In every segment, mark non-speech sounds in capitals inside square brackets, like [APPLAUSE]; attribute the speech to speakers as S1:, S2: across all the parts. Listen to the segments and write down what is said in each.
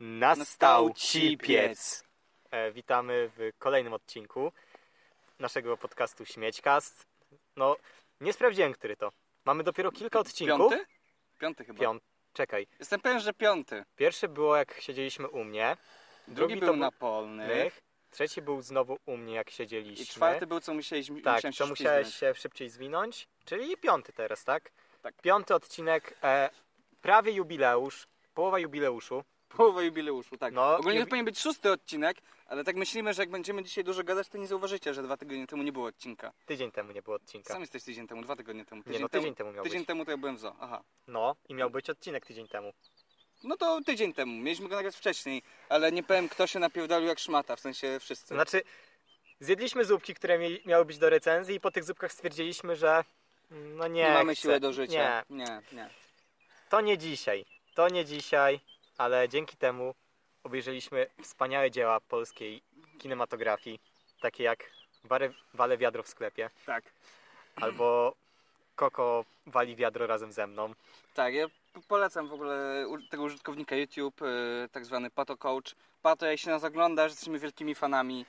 S1: Nastał cipiec! E, witamy w kolejnym odcinku naszego podcastu Śmiećcast. No, nie sprawdziłem, który to. Mamy dopiero kilka odcinków.
S2: Piąty? Piąty chyba.
S1: Piąt. Czekaj.
S2: Jestem pewien, że piąty.
S1: Pierwszy było, jak siedzieliśmy u mnie.
S2: Drugi,
S1: Drugi to
S2: był
S1: był
S2: na polnych.
S1: Rych. Trzeci był znowu u mnie, jak siedzieliśmy.
S2: I czwarty był, co musieliśmy
S1: Tak,
S2: musiałem
S1: to
S2: się
S1: musiałeś
S2: wpiznąć.
S1: się szybciej zwinąć. Czyli piąty teraz, tak?
S2: Tak.
S1: Piąty odcinek, e, prawie jubileusz, połowa jubileuszu.
S2: Połowa jubileuszu, tak.
S1: No,
S2: Ogólnie
S1: jubi-
S2: to powinien być szósty odcinek, ale tak myślimy, że jak będziemy dzisiaj dużo gadać, to nie zauważycie, że dwa tygodnie temu nie było odcinka.
S1: Tydzień temu nie było odcinka.
S2: Sam jesteś tydzień temu, dwa tygodnie temu.
S1: Nie, no
S2: temu,
S1: tydzień temu miał
S2: tydzień
S1: być.
S2: temu to ja byłem w zoo, aha.
S1: No, i miał być odcinek tydzień temu.
S2: No to tydzień temu, mieliśmy go nagrać wcześniej, ale nie powiem kto się napierdolił jak szmata, w sensie wszyscy.
S1: Znaczy, zjedliśmy zupki, które mie- miały być do recenzji i po tych zupkach stwierdziliśmy, że no nie,
S2: nie mamy
S1: chcę.
S2: siły do życia.
S1: Nie,
S2: Nie, nie.
S1: to nie dzisiaj. To nie dzisiaj, ale dzięki temu obejrzeliśmy wspaniałe dzieła polskiej kinematografii, takie jak Wale, wale wiadro w sklepie
S2: Tak.
S1: albo Koko wali wiadro razem ze mną.
S2: Tak, ja p- polecam w ogóle u- tego użytkownika YouTube, y, tak zwany Pato Coach. Pato, jeśli nas oglądasz, jesteśmy wielkimi fanami.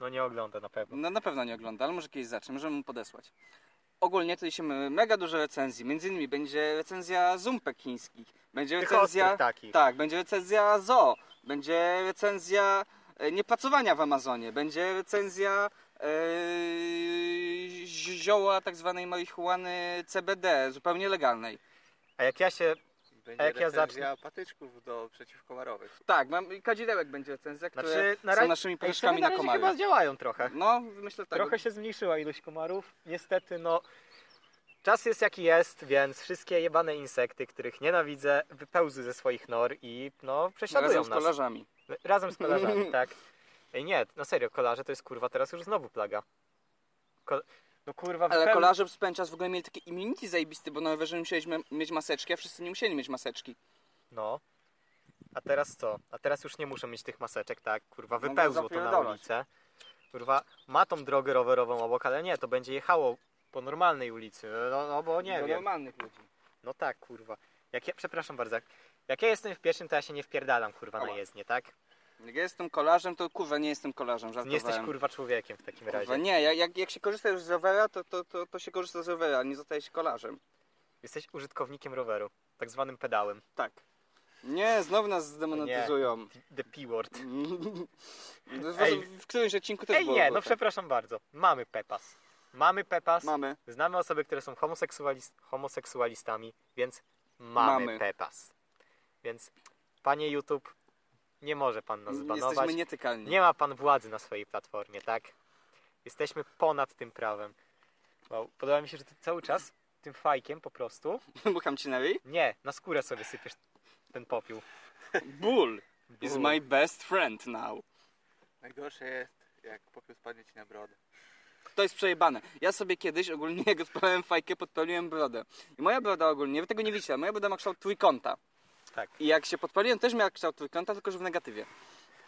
S1: No nie ogląda na pewno.
S2: No na pewno nie ogląda, ale może kiedyś zacznie, możemy mu podesłać. Ogólnie to dzisiaj mega dużo recenzji, między innymi będzie recenzja Zoom pekińskich, będzie
S1: Tych
S2: recenzja...
S1: ostrych takich.
S2: Tak, będzie recenzja Zo, będzie recenzja e, niepracowania w Amazonie, będzie recenzja e, zi- zioła tak zwanej marihuany CBD, zupełnie legalnej.
S1: A jak ja się,
S3: Będzie
S1: A jak ja
S3: recenzja patyczków do przeciwkomarowych.
S2: Tak, mam i kadzidełek będzie recenzja, które
S1: znaczy na
S2: są
S1: razie,
S2: naszymi
S1: Ej, w sumie
S2: porażkami
S1: na
S2: na
S1: razie
S2: komary.
S1: chyba działają trochę.
S2: No, myślę tak.
S1: Trochę się zmniejszyła ilość komarów. Niestety, no. Czas jest jaki jest, więc wszystkie jebane insekty, których nienawidzę, wypełzły ze swoich nor i no
S2: razem
S1: prześladują
S2: z
S1: nas.
S2: kolarzami.
S1: Razem z
S2: [LAUGHS]
S1: kolarzami, tak. Ej, nie, no serio, kolarze to jest kurwa teraz już znowu plaga. Ko- no kurwa,
S2: Ale
S1: wypeł-
S2: kolarze spęd czas w ogóle mieli takie immunity zajebiste, bo na rowerze musieliśmy mieć maseczki, a wszyscy nie musieli mieć maseczki.
S1: No. A teraz co? A teraz już nie muszę mieć tych maseczek, tak? Kurwa,
S2: Mogą
S1: wypełzło to na
S2: zapierdalać.
S1: ulicę. Kurwa, ma tą drogę rowerową obok, ale nie, to będzie jechało po normalnej ulicy. No, no bo nie
S2: do
S1: wiem.
S2: normalnych ludzi.
S1: No tak, kurwa. Jak ja, przepraszam bardzo. Jak ja jestem w pierwszym, to ja się nie wpierdalam, kurwa, na
S2: Ała.
S1: jezdnię, tak?
S2: Jak ja jestem kolarzem, to kurwa nie jestem kolarzem, żartowałem.
S1: Nie jesteś, kurwa, człowiekiem w takim
S2: Kurwa,
S1: razie.
S2: nie, jak- jak, jak się korzysta już z rowera, to, to, to, to się korzysta z rowera, nie zostaje się kolarzem.
S1: Jesteś użytkownikiem roweru, tak zwanym pedałem.
S2: Tak. Nie, znowu nas zdemonetyzują.
S1: The P-word.
S2: W,
S1: Ej.
S2: w którymś odcinku też
S1: Ej,
S2: było
S1: nie,
S2: było
S1: no
S2: tak.
S1: przepraszam bardzo. Mamy pepas. Mamy pepas.
S2: Mamy.
S1: Znamy osoby, które są homoseksualis- homoseksualistami, więc mamy,
S2: Mamy.
S1: pepas. Więc, panie YouTube, nie może pan nas zbanować.
S2: Jesteśmy nietykalni. [LAUGHS]
S1: Nie ma pan władzy na swojej platformie, tak? Jesteśmy ponad tym prawem. Wow, podoba mi się, że ty cały czas tym fajkiem po prostu.
S2: Bucham ci na
S1: [LAUGHS]
S2: ryj?
S1: Nie, na skórę sobie sypiesz ten popiół.
S2: Ból is
S1: Ból.
S2: my best friend now.
S3: Najgorsze jest, jak popiół spadnie ci na brodę.
S2: To jest przejebane. Ja sobie kiedyś ogólnie, [LAUGHS] jak odpalałem fajkę, podpaliłem brodę. I moja broda ogólnie, wy tego nie widzicie, ale moja broda ma kształt trójkąta.
S1: Tak.
S2: I jak się podpaliłem, też miała kształt trójkąta, tylko że w negatywie.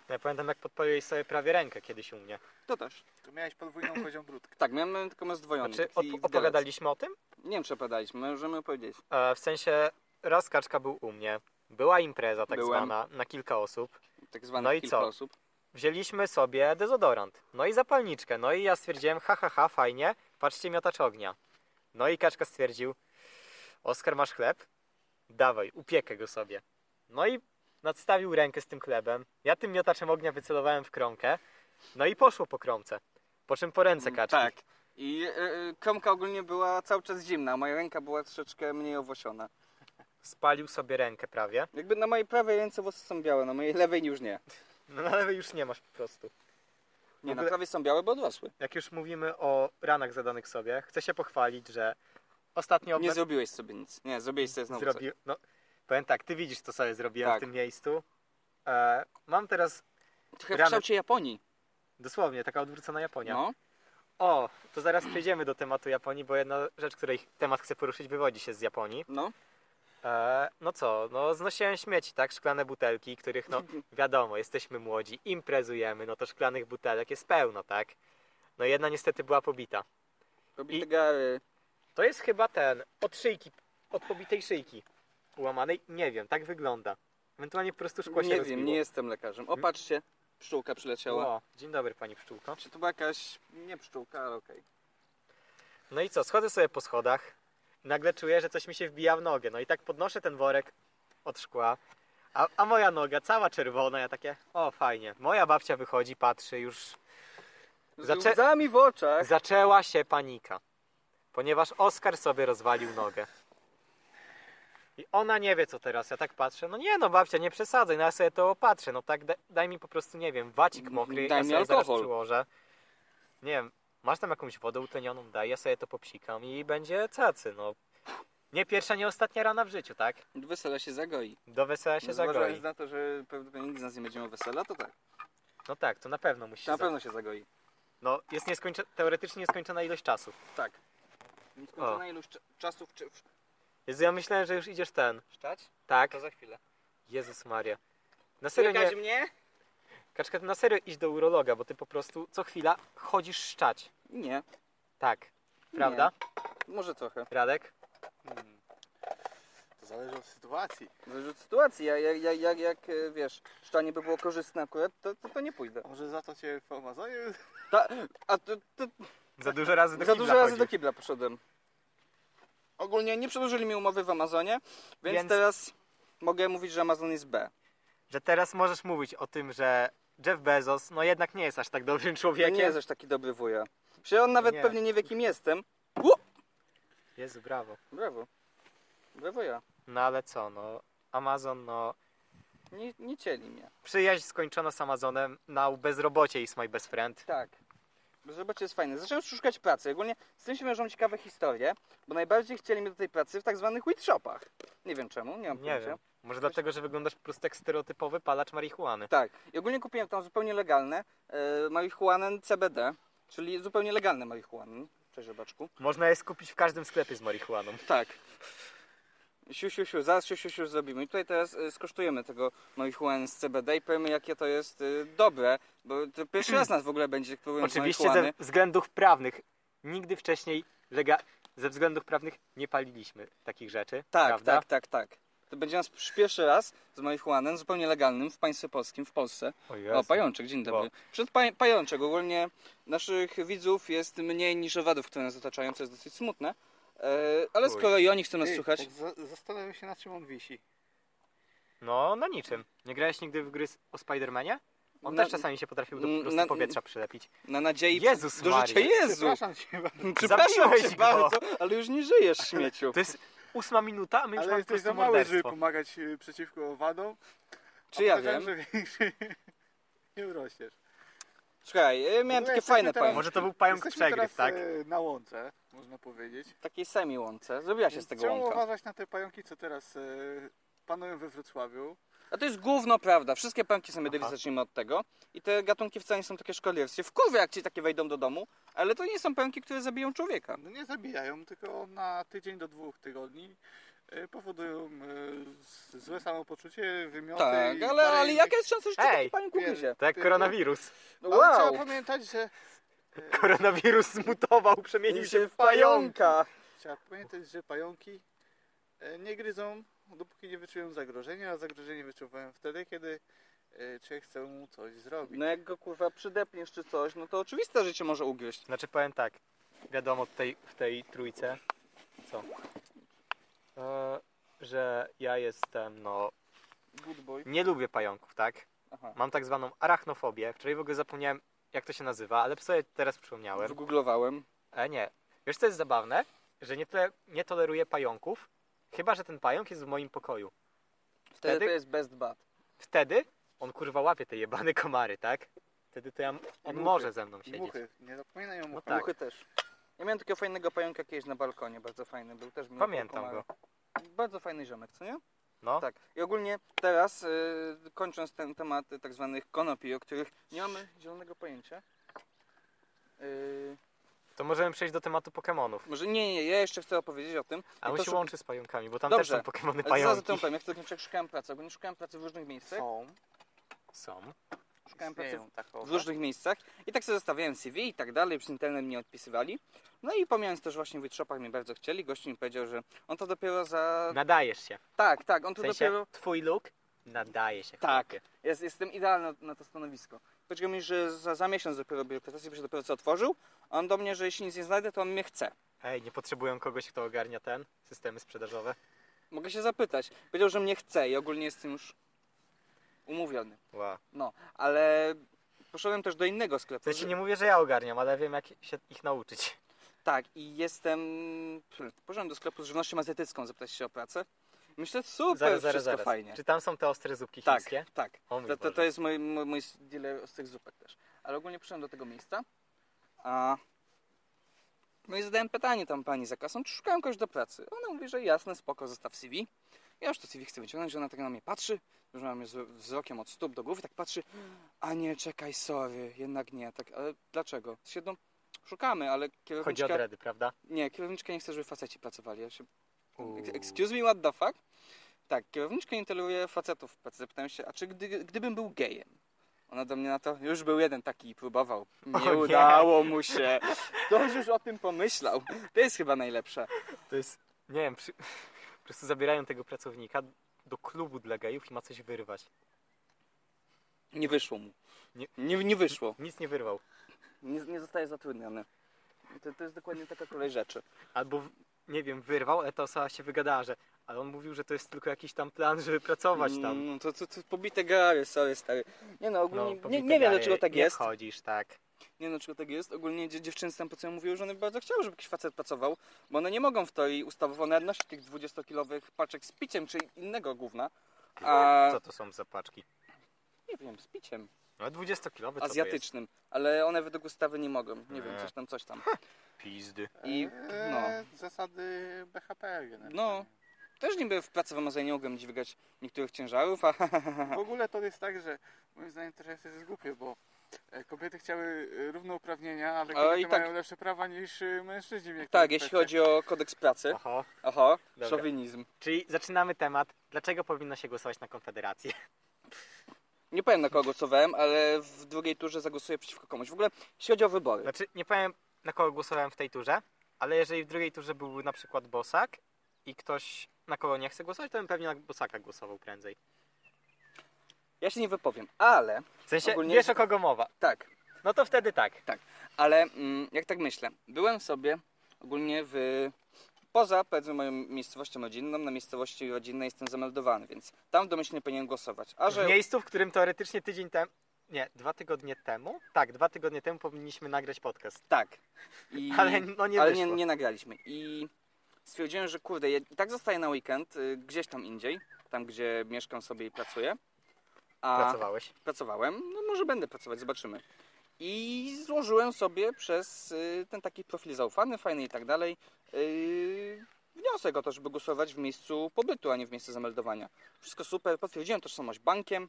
S1: No Ja pamiętam, jak podpaliłeś sobie prawie rękę kiedyś u mnie.
S2: To też.
S3: Tu miałeś
S2: [CLEARS THROAT]
S3: podwójną poziom brudkę.
S2: Tak, miałem tylko masz zdwojony.
S1: Znaczy,
S2: taki
S1: op-
S2: widelec.
S1: opowiadaliśmy o tym?
S2: Nie wiem, czy opowiadaliśmy, możemy opowiedzieć.
S1: E, w sensie, raz kaczka był u mnie. Była impreza tak
S2: Byłem.
S1: zwana, na kilka osób.
S2: Tak zwane
S1: No i
S2: kilka
S1: co?
S2: osób.
S1: Wzięliśmy sobie dezodorant, no i zapalniczkę, no i ja stwierdziłem, ha, ha, ha, fajnie, patrzcie, miotacz ognia. No i Kaczka stwierdził, Oskar, masz chleb? Dawaj, upiekę go sobie. No i nadstawił rękę z tym chlebem, ja tym miotaczem ognia wycelowałem w kromkę, no i poszło po kromce, po czym po ręce Kaczki.
S2: Tak. I e, e, kromka ogólnie była cały czas zimna, a moja ręka była troszeczkę mniej owłosiona.
S1: Spalił sobie rękę prawie,
S2: Jakby na mojej prawej ręce włosy są białe, na mojej lewej już nie.
S1: no ale już nie masz po prostu.
S2: Nie, na
S1: ogóle-
S2: prawej są białe, bo odrosły.
S1: Jak już mówimy o ranach zadanych sobie, chcę się pochwalić, że ostatnio...
S2: Nie
S1: obme-
S2: zrobiłeś sobie nic. Nie, zrobiłeś sobie znowu
S1: Zrobi... No, powiem tak, ty widzisz, co sobie zrobiłem
S2: Tak.
S1: w tym miejscu. E, mam teraz
S2: coś. Trochę w
S1: Rany.
S2: kształcie Japonii.
S1: dosłownie taka odwrócona Japonia.
S2: No.
S1: O, to zaraz przejdziemy do tematu Japonii, bo jedna rzecz, której temat chcę poruszyć, wywodzi się z Japonii.
S2: No.
S1: E, no co, no znosiłem śmieci, tak, szklane butelki, których
S2: [LAUGHS]
S1: no wiadomo, jesteśmy młodzi, imprezujemy, no to szklanych butelek jest pełno, tak? No jedna niestety była pobita.
S2: Pobite
S1: I-
S2: gary.
S1: To jest chyba ten, od szyjki, od pobitej szyjki ułamanej, nie wiem, tak wygląda. Ewentualnie po prostu szkło się
S2: nie
S1: rozbiło. Mhm.
S2: wiem, nie jestem lekarzem. Opatrzcie, pszczółka przyleciała.
S1: O, dzień dobry pani pszczółko.
S2: Czy to była jakaś, nie pszczółka, ale okej.
S1: No i co, schodzę sobie po schodach. Nagle czuję, że coś mi się wbija w nogę. No i tak podnoszę ten worek od szkła. A, a moja noga cała czerwona, ja takie, o fajnie. Moja babcia wychodzi, patrzy, już
S2: Z
S1: Zaczę-
S2: łzami w oczach.
S1: zaczęła się panika. Ponieważ Oskar sobie rozwalił nogę. I ona nie wie, co teraz. Ja tak patrzę, no nie no babcia, nie przesadzaj, no ja sobie to opatrzę. No tak da, daj mi po prostu, nie wiem, wacik mokry,
S2: Daj
S1: ja
S2: mi
S1: sobie zaraz
S2: alkohol.
S1: przyłożę. Nie wiem, masz tam jakąś wodę utonioną, daj, ja sobie to popsikam i będzie cacy, no. Nie pierwsza, nie ostatnia rana w życiu, tak?
S2: Wesela się zagoi.
S1: Do wesela się zagoi.
S2: Zważając na No to, że pewnie nikt z nas nie będzie miał wesela, to tak.
S1: No tak, to na pewno musi się
S2: Na
S1: za...
S2: pewno się zagoi.
S1: No, jest nieskończo... teoretycznie nieskończona ilość czasu.
S2: Tak. Nieskończona ilość cza- czasów czy
S1: Jezu, ja myślałem, że już idziesz ten.
S2: szczać?
S1: Tak?
S2: To za chwilę.
S1: Jezus Maria. Na serio nie...
S2: Słychać mnie?
S1: Kaczka, ty na serio idź do urologa, bo ty po prostu co chwila chodzisz szczać.
S2: Nie.
S1: Tak. Prawda?
S2: Może trochę.
S1: Radek?
S3: Hmm. To zależy od sytuacji.
S2: Zależy od sytuacji. Ja, ja, ja, jak, jak e, wiesz, szczanie by było korzystne akurat, to, to, to nie pójdę.
S3: Może za to cię w Amazonie
S2: Ta, a to, to
S1: Za dużo razy
S2: za dużo razy do kibla poszedłem. Ogólnie nie przedłużyli mi umowy w Amazonie, więc,
S1: Więc-
S2: teraz mogę mówić, że Amazon jest B.
S1: Że teraz możesz mówić o tym, że Jeff Bezos no jednak nie jest aż tak dobrym
S2: To
S1: człowiekiem.
S2: No nie jest aż taki dobry wuja. Przecież on nawet
S1: Nie.
S2: pewnie nie wie, kim jestem.
S1: Jezu, brawo.
S2: Brawo. Brawo ja.
S1: No ale co, no Amazon, no
S2: Nie, nie cieli mnie.
S1: przyjaźń skończona z Amazonem na bezrobocie is my best friend.
S2: Tak. Bezrobocie jest fajne. Zacząłem szukać pracy. Ogólnie z tym się wiążą ciekawe historie, bo najbardziej chcieli mnie do tej pracy w tak zwanych weed shopach. Nie wiem czemu, nie mam
S1: Nie
S2: pojęcia.
S1: wiem. Może dlatego, że wyglądasz po prostu jak stereotypowy palacz marihuany.
S2: Tak. I ogólnie kupiłem tam zupełnie legalne e, marihuanę CBD, czyli zupełnie legalne marihuanę. Cześć, robaczku.
S1: Można je skupić w każdym sklepie z marihuaną.
S2: Tak. Siu, siu, siu, zaraz siu, siu, siu zrobimy. I tutaj teraz e, skosztujemy tego marihuany z CBD i powiemy, jakie to jest e, dobre, bo to pierwszy raz nas w ogóle będzie próbując
S1: Oczywiście
S2: marihuany.
S1: ze względów prawnych. Nigdy wcześniej lega... ze względów prawnych nie paliliśmy takich rzeczy.
S2: Tak,
S1: prawda?
S2: tak, tak, tak. To będzie nas pierwszy raz z marihuanem zupełnie legalnym w państwie polskim, w Polsce.
S1: O,
S2: O, pajączek, dzień dobry.
S1: Wow.
S2: Przed paję- pajączek, ogólnie naszych widzów jest mniej niż owadów, które nas otaczają, co jest dosyć smutne. E, ale
S1: Chuj.
S2: skoro i oni chcą nas
S3: Ej,
S2: słuchać,
S3: tak za- Zastanawiam się, na czym on wisi.
S1: No, na niczym. Nie grałeś nigdy w gry z- o Spidermanie? On
S2: Na-
S1: też czasami się potrafił do
S2: na-
S1: po prostu
S2: na-
S1: powietrza
S2: [LAUGHS]
S1: przylepić.
S2: na nadziei
S1: Jezus
S2: do życia
S1: Maria.
S2: Jezu!
S3: Przepraszam cię, bardzo,
S2: Przepraszam
S1: Zabiłeś
S2: cię
S1: go.
S2: bardzo, ale już nie żyjesz,
S1: [LAUGHS]
S2: śmieciu.
S1: To jest ósma minuta, a my już
S3: ale
S1: mamy po
S3: jesteś za
S1: prostu
S3: mały, żeby
S1: morderstwo.
S3: pomagać y, przeciwko owadom.
S2: Czy ja
S3: Powiedziałem,
S2: wiem?
S3: że [LAUGHS] większy nie urośniesz.
S2: Słuchaj,
S1: No,
S2: e, miałem
S3: ogóle
S2: takie
S3: jesteśmy
S2: fajne
S3: teraz-
S2: pajączki.
S1: Może to był pająk
S3: Jesteśmy
S1: przegryw,
S3: teraz
S1: tak?
S3: e, na łące, można powiedzieć.
S2: Takiej semi łące. Zrobiła się z
S3: Więc
S2: tego
S3: Trzeba
S2: łąka.
S3: uważać na te pająki, co teraz e, panują we Wrocławiu.
S2: A to jest gówno prawda. Wszystkie pająki są jedyne,
S1: Aha.
S2: zacznijmy od tego. I te gatunki wcale nie są takie szkodliwe. W kurwa jak ci takie wejdą do domu, ale to nie są pająki, które zabiją człowieka.
S3: No nie zabijają, tylko na tydzień do dwóch tygodni e, powodują e, z- złe samopoczucie,
S1: No
S3: wymioty.
S2: Tak,
S3: i
S2: ale,
S3: parę
S2: ale
S3: innych-
S2: jaka jest szansa, że ci
S1: Ej,
S2: taki pająk
S3: pierd-
S2: ugryzie?
S1: To jak
S3: Tylko-
S1: Tak, koronawirus. [LAUGHS]
S2: No
S3: Ale trzeba
S2: Wow!
S3: pamiętać, że
S1: Koronawirus zmutował, przemienił się w pająka.
S3: trzeba pamiętać, że pająki e, nie gryzą, dopóki nie wyczują zagrożenia, a zagrożenie wyczuwają wtedy, kiedy e, człowiek chce mu coś zrobić.
S2: No jak go kurwa przydepniesz czy coś, no to oczywiste, że cię może ugryźć.
S1: Znaczy powiem tak, wiadomo tutaj w tej trójce, co? E, że ja jestem, no,
S2: Good boy.
S1: nie lubię pająków, tak?
S2: Aha.
S1: Mam tak zwaną arachnofobię, której w ogóle zapomniałem, jak to się nazywa, ale sobie teraz przypomniałem.
S2: Wygooglowałem.
S1: E, nie. Wiesz, co jest zabawne? Że nie, tole, nie toleruję pająków, chyba że ten pająk jest w moim pokoju.
S2: Wtedy
S1: Wtedy-
S2: to jest best bad.
S1: Wtedy on kurwa łapie te jebane komary, tak? Wtedy to ja, on
S3: muchy.
S1: może ze mną
S3: I
S1: siedzieć.
S3: muchy, nie zapominaj
S2: No
S3: o muchach.
S1: tak.
S2: Muchy też. Ja miałem takiego fajnego pająka kiedyś na balkonie, bardzo fajny był, też mi
S1: Pamiętam
S2: komara. Bardzo fajny ziomek, co nie?
S1: No,
S2: Tak. I ogólnie teraz, y, kończąc ten temat y, tak zwanych konopi, o których nie mamy zielonego pojęcia. Y,
S1: to możemy przejść do tematu Pokemonów.
S2: może nie, nie, ja jeszcze chcę opowiedzieć o tym.
S1: A
S2: I
S1: on
S2: to
S1: się
S2: szuk-
S1: łączy z pająkami, bo tam
S2: Dobrze.
S1: też są Pokemony
S2: Ale zaraz o tym
S1: pająki.
S2: powiem, ja chcę tylko szukałem pracy, ogólnie szukałem pracy w różnych miejscach.
S3: Są,
S1: Są.
S2: Szukałem pracy
S3: istnieją takowe.
S2: w różnych miejscach i tak sobie zostawiałem CV i tak dalej, przez internet mnie odpisywali. No i pomijając też właśnie w Witshopach mnie bardzo chcieli, gościu mi powiedział, że on to dopiero za...
S1: Nadajesz się.
S2: Tak, tak, on
S1: W
S2: to
S1: sensie,
S2: dopiero...
S1: twój look Nadaje się.
S2: Tak.
S1: chłopie.
S2: Jest, jestem idealny na, na to stanowisko. Powiedział mi, że za, za miesiąc dopiero biurokrację, bo się dopiero co otworzył, a on do mnie, że jeśli nic nie znajdę, to on mnie chce.
S1: Ej, nie potrzebują kogoś, kto ogarnia ten, systemy sprzedażowe.
S2: Mogę się zapytać. Powiedział, że mnie chce i ogólnie jestem już umówiony.
S1: Wow.
S2: No, ale poszedłem też do innego sklepu.
S1: To ja ci Znaczy nie mówię, że ja ogarniam, ale wiem, jak się ich nauczyć.
S2: Tak, i jestem. Poszedłem do sklepu z żywnością azjatycką zapytać się o pracę. Myślę, super, No wszystko fajnie.
S1: Czy tam są te ostre zupki
S2: tak,
S1: chińskie?
S2: tak.
S1: O mój
S2: To, to,
S1: Boże.
S2: to jest mój, mój, mój dealer z tych zupek też. Ale ogólnie przyszedłem do tego miejsca. A... No i zadałem pytanie tam pani za kasą, czy szukają kogoś do pracy. Ona mówi, że jasne, spoko, zostaw CV. Ja już to CV chcę wyciągnąć, ona tak na mnie patrzy, już mam wzrokiem od stóp do głowy, tak patrzy. A nie, czekaj, sorry, jednak nie. Tak, ale dlaczego? Siedzą, szukamy, ale
S1: Chodzi o
S2: kierowniczka...
S1: dredy, prawda?
S2: Nie, kierowniczka nie chce, żeby faceci pracowali. Ja się...
S1: Uuu.
S2: Ex- Excuse me, what the fuck? Tak, kierowniczka inteluje facetów w pracy. Zapytałem się, a czy gdy, gdybym był gejem? Ona do mnie na to, już był jeden taki i próbował. Nie
S1: nie.
S2: udało mu się. Ktoś już o tym pomyślał. To jest chyba najlepsze.
S1: To jest, nie wiem, przy... [LAUGHS] po prostu zabierają tego pracownika do klubu dla gejów i ma coś wyrwać.
S2: Nie wyszło mu.
S1: Nie-
S2: Nie, nie wyszło.
S1: Nic nie wyrwał.
S2: Nie, nie zostaje zatrudniony. To, to jest dokładnie taka kolej rzeczy.
S1: Albo, w- nie wiem, wyrwał, ale ta osoba się wygadała, że... Ale on mówił, że to jest tylko jakiś tam plan, żeby pracować tam.
S2: Mm, to, to, to pobite gary, sorry stary. Nie no, ogólnie nie,
S1: pobite
S2: nie wiem
S1: gary,
S2: dlaczego tak
S1: nie
S2: jest.
S1: chodzisz, tak.
S2: Nie no, czego tak jest? Ogólnie dzie- dziewczyny tam po co mówiły, że one by bardzo chciały, żeby jakiś facet pracował, bo one nie mogą w teorii ustawowo nawet nosić tych 20-kilowych paczek z piciem, czy innego gówna. A
S1: Co to są za paczki?
S2: nie wiem, z piciem
S1: No 20-kilowy to jest?
S2: azjatycznym, ale one według ustawy nie mogą. Nie wiem,
S1: Nie.
S2: coś tam, coś tam.
S1: Pizdy.
S2: I no,
S3: E, Zasady BHP generalnie.
S2: No. też niby w pracy w Amazonie nie mogłem dźwigać niektórych ciężarów, a [LAUGHS]
S3: W ogóle to jest tak, że moim zdaniem trochę to jest głupie, bo e, kobiety chciały e, równouprawnienia, ale
S2: Ale
S3: kobiety
S2: i tak-
S3: mają lepsze prawa niż e, mężczyźni. w niektórych
S2: tak, jeśli
S3: kwestiach.
S2: chodzi o kodeks pracy,
S1: Oho.
S2: oho,
S1: Dobra.
S2: szowinizm.
S1: Czyli zaczynamy temat, dlaczego powinno się głosować na
S2: [LAUGHS]
S1: Konfederację.
S2: Nie powiem na kogo głosowałem, ale w drugiej turze zagłosuję przeciwko komuś. W ogóle, jeśli chodzi o wybory.
S1: Znaczy, nie powiem na kogo głosowałem w tej turze, ale jeżeli w drugiej turze byłby na przykład Bosak i ktoś na kogo nie chce głosować, to bym pewnie na Bosaka głosował prędzej.
S2: Ja się nie wypowiem, ale
S1: W sensie,
S2: Ogólnie
S1: wiesz
S2: jest-
S1: o kogo mowa.
S2: tak,
S1: No to wtedy tak.
S2: ale mm, jak tak myślę, byłem sobie ogólnie w poza powiedzmy moją miejscowością rodzinną, na miejscowości rodzinnej jestem zameldowany, więc tam domyślnie powinienem głosować. A że
S1: W miejscu, w którym teoretycznie tydzień temu... Nie, dwa tygodnie temu? Tak, dwa tygodnie temu powinniśmy nagrać podcast.
S2: tak. I...
S1: [LAUGHS] Ale no nie
S2: ale
S1: wyszło.
S2: nie, nie nagraliśmy. I stwierdziłem, że kurde, ja i tak zostaję na weekend y, gdzieś tam indziej, tam gdzie mieszkam sobie i pracuję. A
S1: Pracowałeś.
S2: pracowałem, no może będę pracować, zobaczymy. I złożyłem sobie przez y, ten taki profil zaufany, fajny i tak dalej, y, wniosek o to, żeby głosować w miejscu pobytu, a nie w miejscu zameldowania. Wszystko super, potwierdziłem tożsamość bankiem.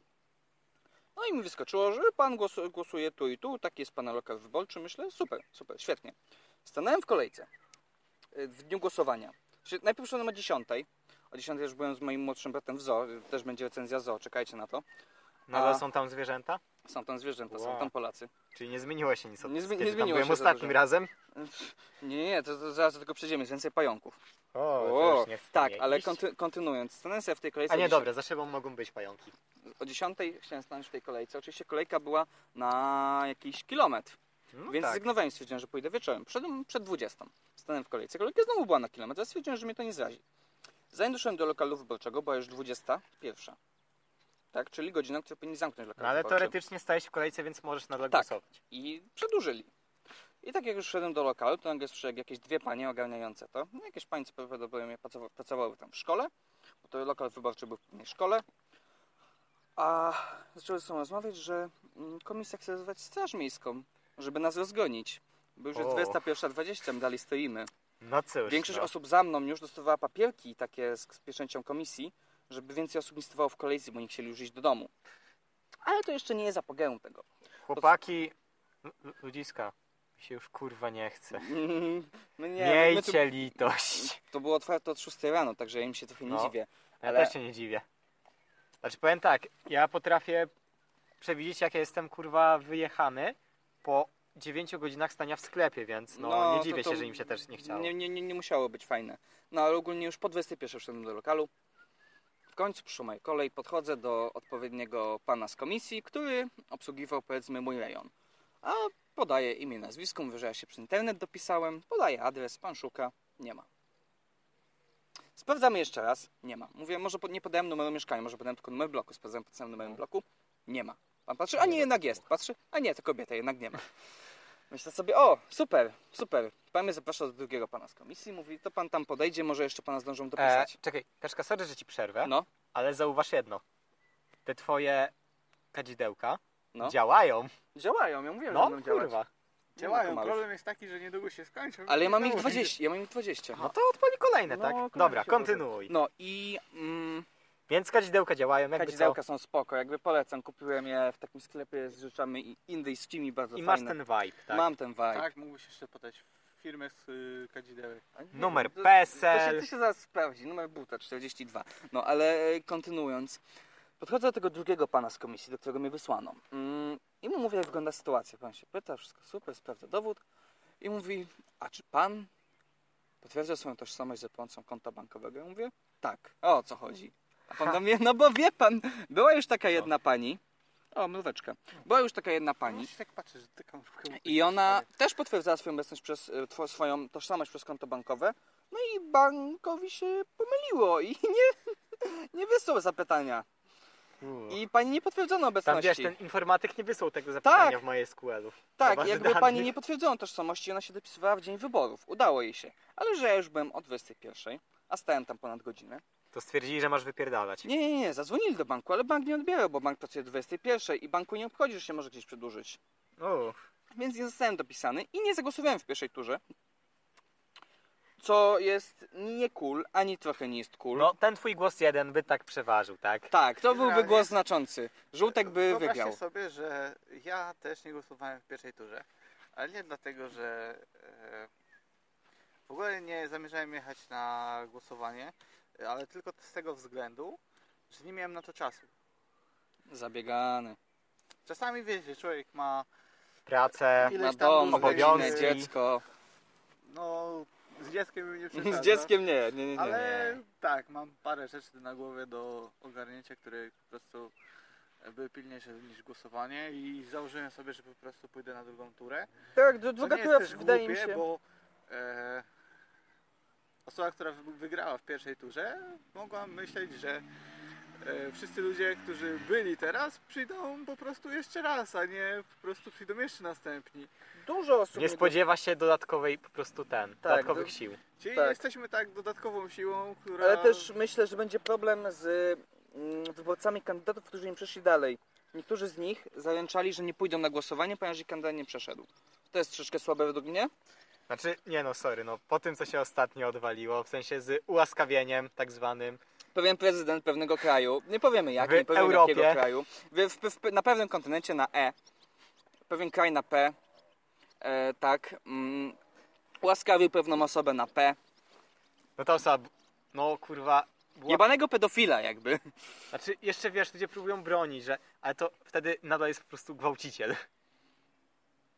S2: No i mi wyskoczyło, że pan głosu- głosuje tu i tu, taki jest pana lokal wyborczy. Myślę, super, super, świetnie. Stanąłem w kolejce y, w dniu głosowania. Czyli Najpierw szedłem o 10. O 10 już byłem z moim młodszym bratem w zoo, też będzie recenzja zoo, czekajcie na to.
S1: Nadal
S2: A-
S1: są tam zwierzęta?
S2: Są tam zwierzęta, są
S1: Wow.
S2: tam Polacy.
S1: Czyli nie zmieniło się nic od
S2: Nie zmi- nie
S1: kiedy tam
S2: zmieniło
S1: byłem
S2: się za
S1: ostatnim
S2: dużo.
S1: razem?
S2: Nie, nie, nie, to, to zaraz do tego przejdziemy, jest więcej pająków.
S1: O,
S2: O,
S1: to już nie chcę
S2: tak,
S1: mnie
S2: ale
S1: iść.
S2: konty- kontynuując, stanę sobie w tej kolejce.
S1: A nie,
S2: o dziesią-
S1: dobra, za szybą mogą być pająki.
S2: O 10 chciałem stanąć w tej kolejce. Oczywiście kolejka była na jakiś kilometr,
S1: No
S2: więc
S1: tak.
S2: zrezygnowałem i stwierdziłem, że pójdę wieczorem. Przedłem przed 20. Stanąłem w kolejce. Kolejka znowu była na kilometr, ale stwierdziłem, że mnie to nie zrazi. Zanim doszedłem do lokalu wyborczego, była już 21. Tak, czyli godzina, która powinni zamknąć lokal
S1: No ale
S2: wyborczy.
S1: teoretycznie stałeś w kolejce, więc możesz nadal
S2: Tak.
S1: głosować.
S2: i przedłużyli. I tak jak już szedłem do lokalu, to nagle słyszę jak jakieś dwie panie ogarniające to. No, jakieś panie co prawdopodobnie pracowa- pracowały tam w szkole, bo to lokal wyborczy był w pewnej szkole. A zaczęły ze sobą rozmawiać, że mm, komisja chce wezwać straż miejską, żeby nas rozgonić. Bo już jest
S1: O.
S2: 21.20, my dalej stoimy.
S1: No cóż.
S2: Większość
S1: no.
S2: osób za mną już dostawała papierki takie z, z pieczęcią komisji, żeby więcej osób nie stawało w kolejce, bo nie chcieli już iść do domu. Ale to jeszcze nie jest apogeum tego. [LAUGHS]
S1: Chłopaki, lu- lu- ludziska, mi się już kurwa nie chce.
S2: Mm, My nie,
S1: no
S2: my tu,
S1: Miejcie [LAUGHS] litość.
S2: to było otwarte od 6 rano, także ja im się trochę nie
S1: No.
S2: dziwię.
S1: Ja
S2: ale-
S1: też się nie dziwię. Znaczy powiem tak, ja potrafię przewidzieć jak ja jestem kurwa wyjechany po 9 godzinach stania w sklepie, więc no, nie
S2: to-
S1: dziwię
S2: to
S1: się, że im się też nie chciało.
S2: Nie, nie, nie, nie musiało być fajne. No ale ogólnie już po 21 wszedłem do lokalu. W końcu przy mojej kolei podchodzę do odpowiedniego pana z komisji, który obsługiwał powiedzmy mój rejon. A podaję imię, nazwisko, mówię, że ja się przez internet dopisałem, podaję adres, pan szuka, nie ma. Sprawdzamy jeszcze raz, nie ma. Mówię, może pod, nie podałem numeru mieszkania, może podałem tylko numer bloku. Sprawdzam pod samym numerem bloku, nie ma. Pan patrzy, a nie, jednak jest. Patrzy, a nie, to kobieta, jednak nie ma. [LAUGHS] Myślę sobie, o, super, super. Pan mnie zaprasza do drugiego pana z komisji, mówi, to pan tam podejdzie, może jeszcze pana zdążą
S1: E,
S2: dopisać.
S1: czekaj, Kaczka, sorry, że ci przerwę,
S2: No,
S1: ale zauważ jedno. Te twoje kadzidełka
S2: no.
S1: działają.
S2: Działają, ja mówiłem, że
S1: No,
S2: będą działać.
S1: kurwa.
S3: Działają.
S2: Kumarusz.
S3: Problem jest taki, że niedługo się skończą.
S2: Ale ja mam ich
S3: Znowu będzie-
S2: 20, ja mam ich 20.
S1: No to odpali kolejne,
S2: No,
S1: tak?
S2: kolejne
S1: Dobra,
S2: się
S1: kontynuuj.
S2: No i mm,
S1: Więc kadzidełka działają, jakby
S2: kadzidełka są spoko, jakby polecam, kupiłem je w takim sklepie z rzeczami i- indyjskimi, bardzo
S1: co. I
S2: fajne.
S1: masz ten vibe, tak?
S2: Mam ten vibe.
S3: Tak, mógłbyś jeszcze podać firmę z y, kadzidełek.
S2: A nie,
S1: Numer
S2: to- To się,
S1: PESEL.
S2: to się zaraz sprawdzi, numer buta 42. No ale e, kontynuując, podchodzę do tego drugiego pana z komisji, do którego mnie wysłano. Mm, I mu mówię, jak wygląda sytuacja. Pan się pyta, wszystko super, sprawdza dowód. I mówi, a czy pan potwierdza swoją tożsamość za pomocą konta bankowego? Ja mówię, tak. A o co chodzi? A pan
S1: Ha.
S2: do mnie, no bo wie pan, była już taka jedna pani. O, mróweczka. Była już taka jedna pani.
S3: No, się tak patrzę, że taką rurkę
S2: I ona też potwierdzała swoją obecność przez y, two- swoją tożsamość przez konto bankowe. No i bankowi się pomyliło i [LAUGHS] nie, nie wysłał zapytania. I pani nie potwierdzono
S1: Tam
S2: obecności.
S1: wiesz, ten informatyk nie wysłał tego zapytania w mojej SQL-u. na
S2: tak,
S1: bazie
S2: jakby
S1: danych.
S2: pani nie potwierdzono tożsamości, ona się dopisywała w dzień wyborów. Udało jej się. Ale że ja już byłem o 21, a stałem tam ponad godzinę.
S1: To stwierdzili, że masz wypierdalać.
S2: Nie, nie, nie, zadzwonili do banku, ale bank nie odbierał, bo bank pracuje do 21 i banku nie obchodzi, że się może gdzieś przedłużyć.
S1: O,
S2: więc nie zostałem dopisany i nie zagłosowałem w pierwszej turze. Co jest nie cool, ani trochę nie jest cool.
S1: no, ten twój głos jeden by tak przeważył, tak?
S2: Tak, to byłby
S3: Generalnie- No
S2: głos znaczący. Żółtek tak by
S3: Wyobraźcie
S2: wygrał.
S3: sobie, że ja też nie głosowałem w pierwszej turze, ale nie dlatego, że e, w ogóle nie zamierzałem jechać na głosowanie, ale tylko z tego względu, że nie miałem na to czasu.
S2: Zabiegany.
S3: Czasami wiecie, człowiek ma
S1: Pracę.
S3: Ileś
S2: Ma
S3: tam
S2: dom,
S3: różnych,
S1: obowiązki.
S2: rodzinę, dziecko.
S3: no z
S2: [LAUGHS]
S3: dzieckiem nie
S2: Z dzieckiem nie, nie, nie. nie.
S3: no. Ale tak, mam parę rzeczy na głowie do ogarnięcia, które po prostu e, były pilniejsze niż głosowanie i założyłem sobie, że po prostu pójdę na drugą turę.
S2: Tak, dru-
S3: Co
S2: druga
S3: nie
S2: tura
S3: jest też
S2: wydaje mi
S3: głupie,
S2: się.
S3: Bo e, osoba, która wy- wygrała w pierwszej turze, mogła myśleć, że e, wszyscy ludzie, którzy byli teraz, przyjdą po prostu jeszcze raz, a nie po prostu przyjdą jeszcze następni.
S2: Dużo osób. Tak,
S1: Nie spodziewa się dodatkowej po prostu ten, dodatkowych
S2: do-
S1: sił.
S3: Czyli
S2: Tak.
S3: jesteśmy tak dodatkową siłą, która.
S2: Ale też myślę, że będzie problem z mm, wyborcami kandydatów, którzy nie przeszli dalej. Niektórzy z nich zaręczali, że nie pójdą na głosowanie, ponieważ ich kandydat nie przeszedł. To jest troszeczkę słabe według mnie.
S1: Znaczy, nie no, sorry, no po tym co się ostatnio odwaliło, w sensie z ułaskawieniem tak zwanym,
S2: Pewien prezydent pewnego kraju, nie powiemy jaki,
S1: W
S2: nie powiemy
S1: Europie.
S2: jakiego kraju, w, w, w, na pewnym kontynencie na E, pewien kraj na P, e, tak, mm, łaskawił pewną osobę na P,
S1: no ta osoba, b- no kurwa, była...
S2: jebanego pedofila jakby.
S1: znaczy jeszcze wiesz, ludzie próbują bronić, że, ale to wtedy nadal jest po prostu gwałciciel.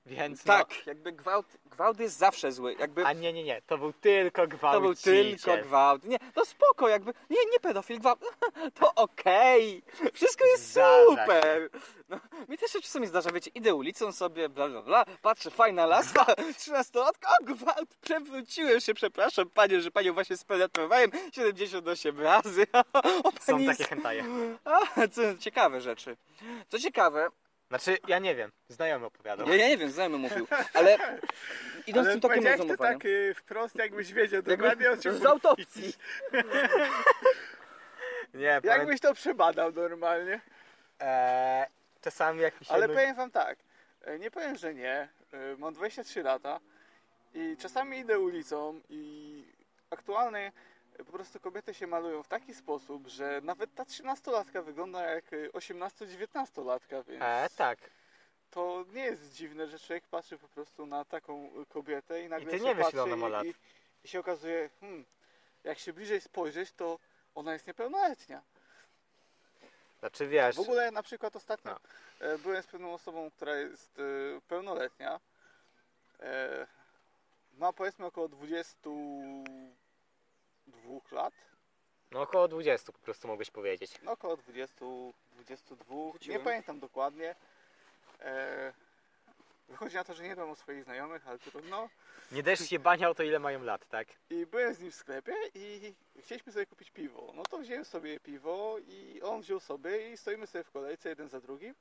S1: Więc no,
S2: Tak, jakby gwałt, gwałt jest zawsze zły, jakby...
S1: a nie, nie, nie, to był tylko
S2: To
S1: gwałciciel.
S2: był tylko gwałt. Nie, no spoko, jakby. Nie, nie pedofil, gwałt. [LAUGHS] To okej. Wszystko jest
S1: Zdarza
S2: super. No, mi też się czasami zdarza, wiecie, idę ulicą sobie, bla, bla, bla, patrzę, fajna laska, [LAUGHS] trzynastolatka, o gwałt, przewróciłem się, przepraszam panie, że panią właśnie spenetrowałem 78 razy. [LAUGHS] O,
S1: Są
S2: pani
S1: takie hentaje.
S2: [LAUGHS] A, co, ciekawe rzeczy. Co ciekawe,
S1: Znaczy, ja nie wiem, znajomy opowiadał.
S2: ja, ja nie wiem, znajomy mówił,
S3: [LAUGHS]
S2: ale idąc
S3: No. Ale
S2: tym tokiem
S3: powiedziałeś to
S2: rozumowania...
S3: tak y, wprost, jakbyś wiedział
S2: jakby
S3: dokładnie o czym
S2: z autopsji.
S1: Nie, pamię...
S3: Jakbyś to przebadał normalnie.
S1: Eee, czasami jak mi się
S3: Ale
S1: nudzi-
S3: powiem wam tak, e, nie powiem, że nie. e, Mam 23 lata i czasami idę ulicą i aktualnie e, po prostu kobiety się malują w taki sposób, że nawet ta 13-latka wygląda jak 18-19-latka, więc
S1: Eee, tak.
S3: to nie jest dziwne, że człowiek patrzy po prostu na taką e, kobietę i nagle
S1: ty
S3: się
S1: nie wiesz,
S3: patrzy
S1: ile ona ma lat.
S3: I, i się okazuje, hmm, jak się bliżej spojrzeć, to ona jest niepełnoletnia.
S1: Znaczy wiesz,
S3: W ogóle na przykład ostatnio
S1: No.
S3: e, byłem z pewną osobą, która jest e, pełnoletnia. E, Ma powiedzmy około 22 lat.
S1: No około 20 po prostu mogłeś powiedzieć.
S3: No około 20, 22,
S2: Wróciłem.
S3: nie pamiętam dokładnie. E, wychodzi na to, że nie dbam o swoich znajomych, ale no, trudno.
S1: Nie deszcz się baniał to ile mają lat, tak?
S3: I byłem z nim w sklepie i chcieliśmy sobie kupić piwo. No to wziąłem sobie piwo i on wziął sobie i stoimy sobie w kolejce jeden za drugim.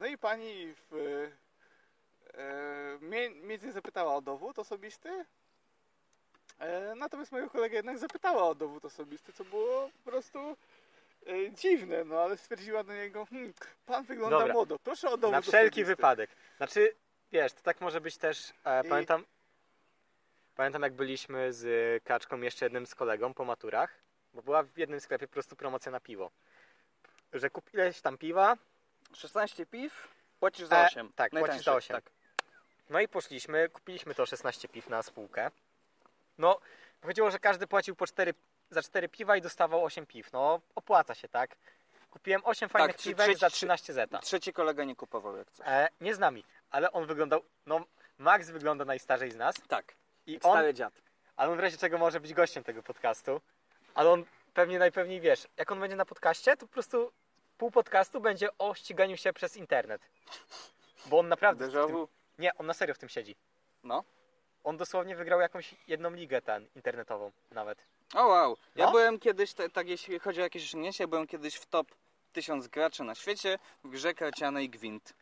S3: No i pani w, e, mnie, mnie nie zapytała o dowód osobisty. E, natomiast mojego kolegę jednak zapytała o dowód osobisty, co było po prostu e, dziwne, no ale stwierdziła do niego, hmm, pan wygląda
S1: Dobra.
S3: młodo, proszę o dowód
S1: Na wszelki
S3: osobisty.
S1: wypadek. Znaczy, wiesz, to tak może być też. E,
S3: I-
S1: Pamiętam. Pamiętam jak byliśmy z y, kaczką jeszcze jednym z kolegą po maturach, bo była w jednym sklepie po prostu promocja na piwo. Że kup ileś tam piwa,
S2: 16 piw, płacisz za
S1: E,
S2: 8.
S1: tak, płacisz
S2: Najtańsze,
S1: za osiem.
S2: Tak.
S1: no i poszliśmy, kupiliśmy to 16 piw na spółkę. No, chodziło, że każdy płacił po 4, za 4 piwa i dostawał 8 piw. No, opłaca się, tak? Kupiłem 8 fajnych
S2: czy-
S1: piwek
S2: czy-
S1: za
S2: czy-
S1: 13 zeta.
S2: Trzeci kolega nie kupował jak coś.
S1: E, nie z nami, ale on wyglądał, no Max wygląda najstarzej z nas
S2: Tak,
S1: i on
S2: stary dziad.
S1: Ale on w razie czego może być gościem tego podcastu. Ale on pewnie najpewniej wiesz, jak on będzie na podcaście, to po prostu pół podcastu będzie o ściganiu się przez internet. Bo on naprawdę. w Tym, nie, on na serio w tym siedzi.
S2: No.
S1: On dosłownie wygrał jakąś jedną ligę ten internetową nawet.
S2: O wow, ja
S1: No.
S2: byłem kiedyś, te, tak jeśli chodzi o jakieś osiągnięcia, ja byłem kiedyś w top 1000 graczy na świecie w grze karcianej Gwint.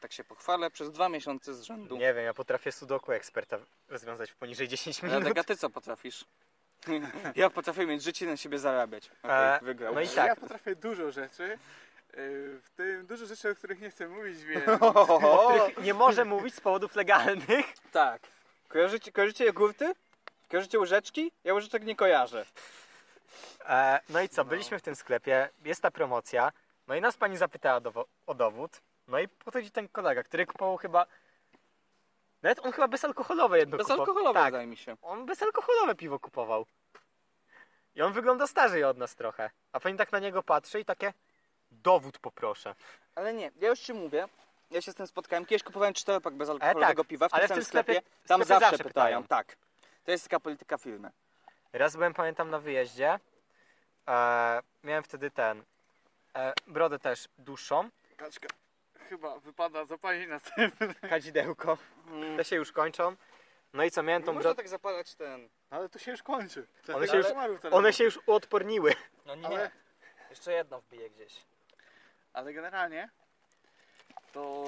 S2: Tak się pochwalę, przez dwa miesiące z rzędu.
S1: Nie wiem, ja potrafię sudoku eksperta rozwiązać w poniżej 10 minut.
S2: Radek, a ty co potrafisz? [LAUGHS] ja potrafię mieć życie i na siebie zarabiać. Okej,
S1: E,
S2: wygrał.
S1: no i
S2: [LAUGHS]
S3: Ja
S1: tak.
S3: potrafię dużo rzeczy, e, w tym dużo rzeczy, o których nie chcę mówić, więc...
S1: O
S2: O,
S1: których nie może mówić z powodów legalnych.
S2: tak. Kojarzycie, kojarzycie jogurty? Kojarzycie łyżeczki? Ja łyżeczek nie kojarzę.
S1: E, no i co, byliśmy w tym sklepie, jest ta promocja, no i nas pani zapytała dowo- o dowód, no i podchodzi ten kolega, który kupował chyba, nawet on chyba bezalkoholowe jedno kupował.
S2: Bezalkoholowe
S1: Tak,
S2: wydaje mi się.
S1: on bezalkoholowe piwo kupował. I on wygląda starzej od nas trochę. A pani tak na niego patrzy i takie, dowód poproszę.
S2: Ale nie, ja już ci mówię. Ja się z tym spotkałem. Kiedyś kupowałem czteropak bezalkoholowego
S1: E, tak,
S2: piwa w tym
S1: ale w
S2: samym
S1: tym sklepie-
S2: sklepie. Tam
S1: sklepie
S2: zawsze
S1: zawsze
S2: pytają.
S1: pytają.
S2: Tak. To jest taka polityka firmy.
S1: Raz byłem, pamiętam, na wyjeździe, e, miałem wtedy ten, e, brodę też dłuższą,
S3: Kaczka chyba wypada zapalić następny.
S1: kadzidełko, te się już kończą. No i co, miałem tą brodę...
S2: tak zapalać ten.
S3: Ale to się już kończy.
S1: One
S2: się już-
S1: One się już uodporniły.
S2: No nie.
S3: Ale,
S2: Jeszcze jedno wbiję gdzieś.
S3: ale generalnie to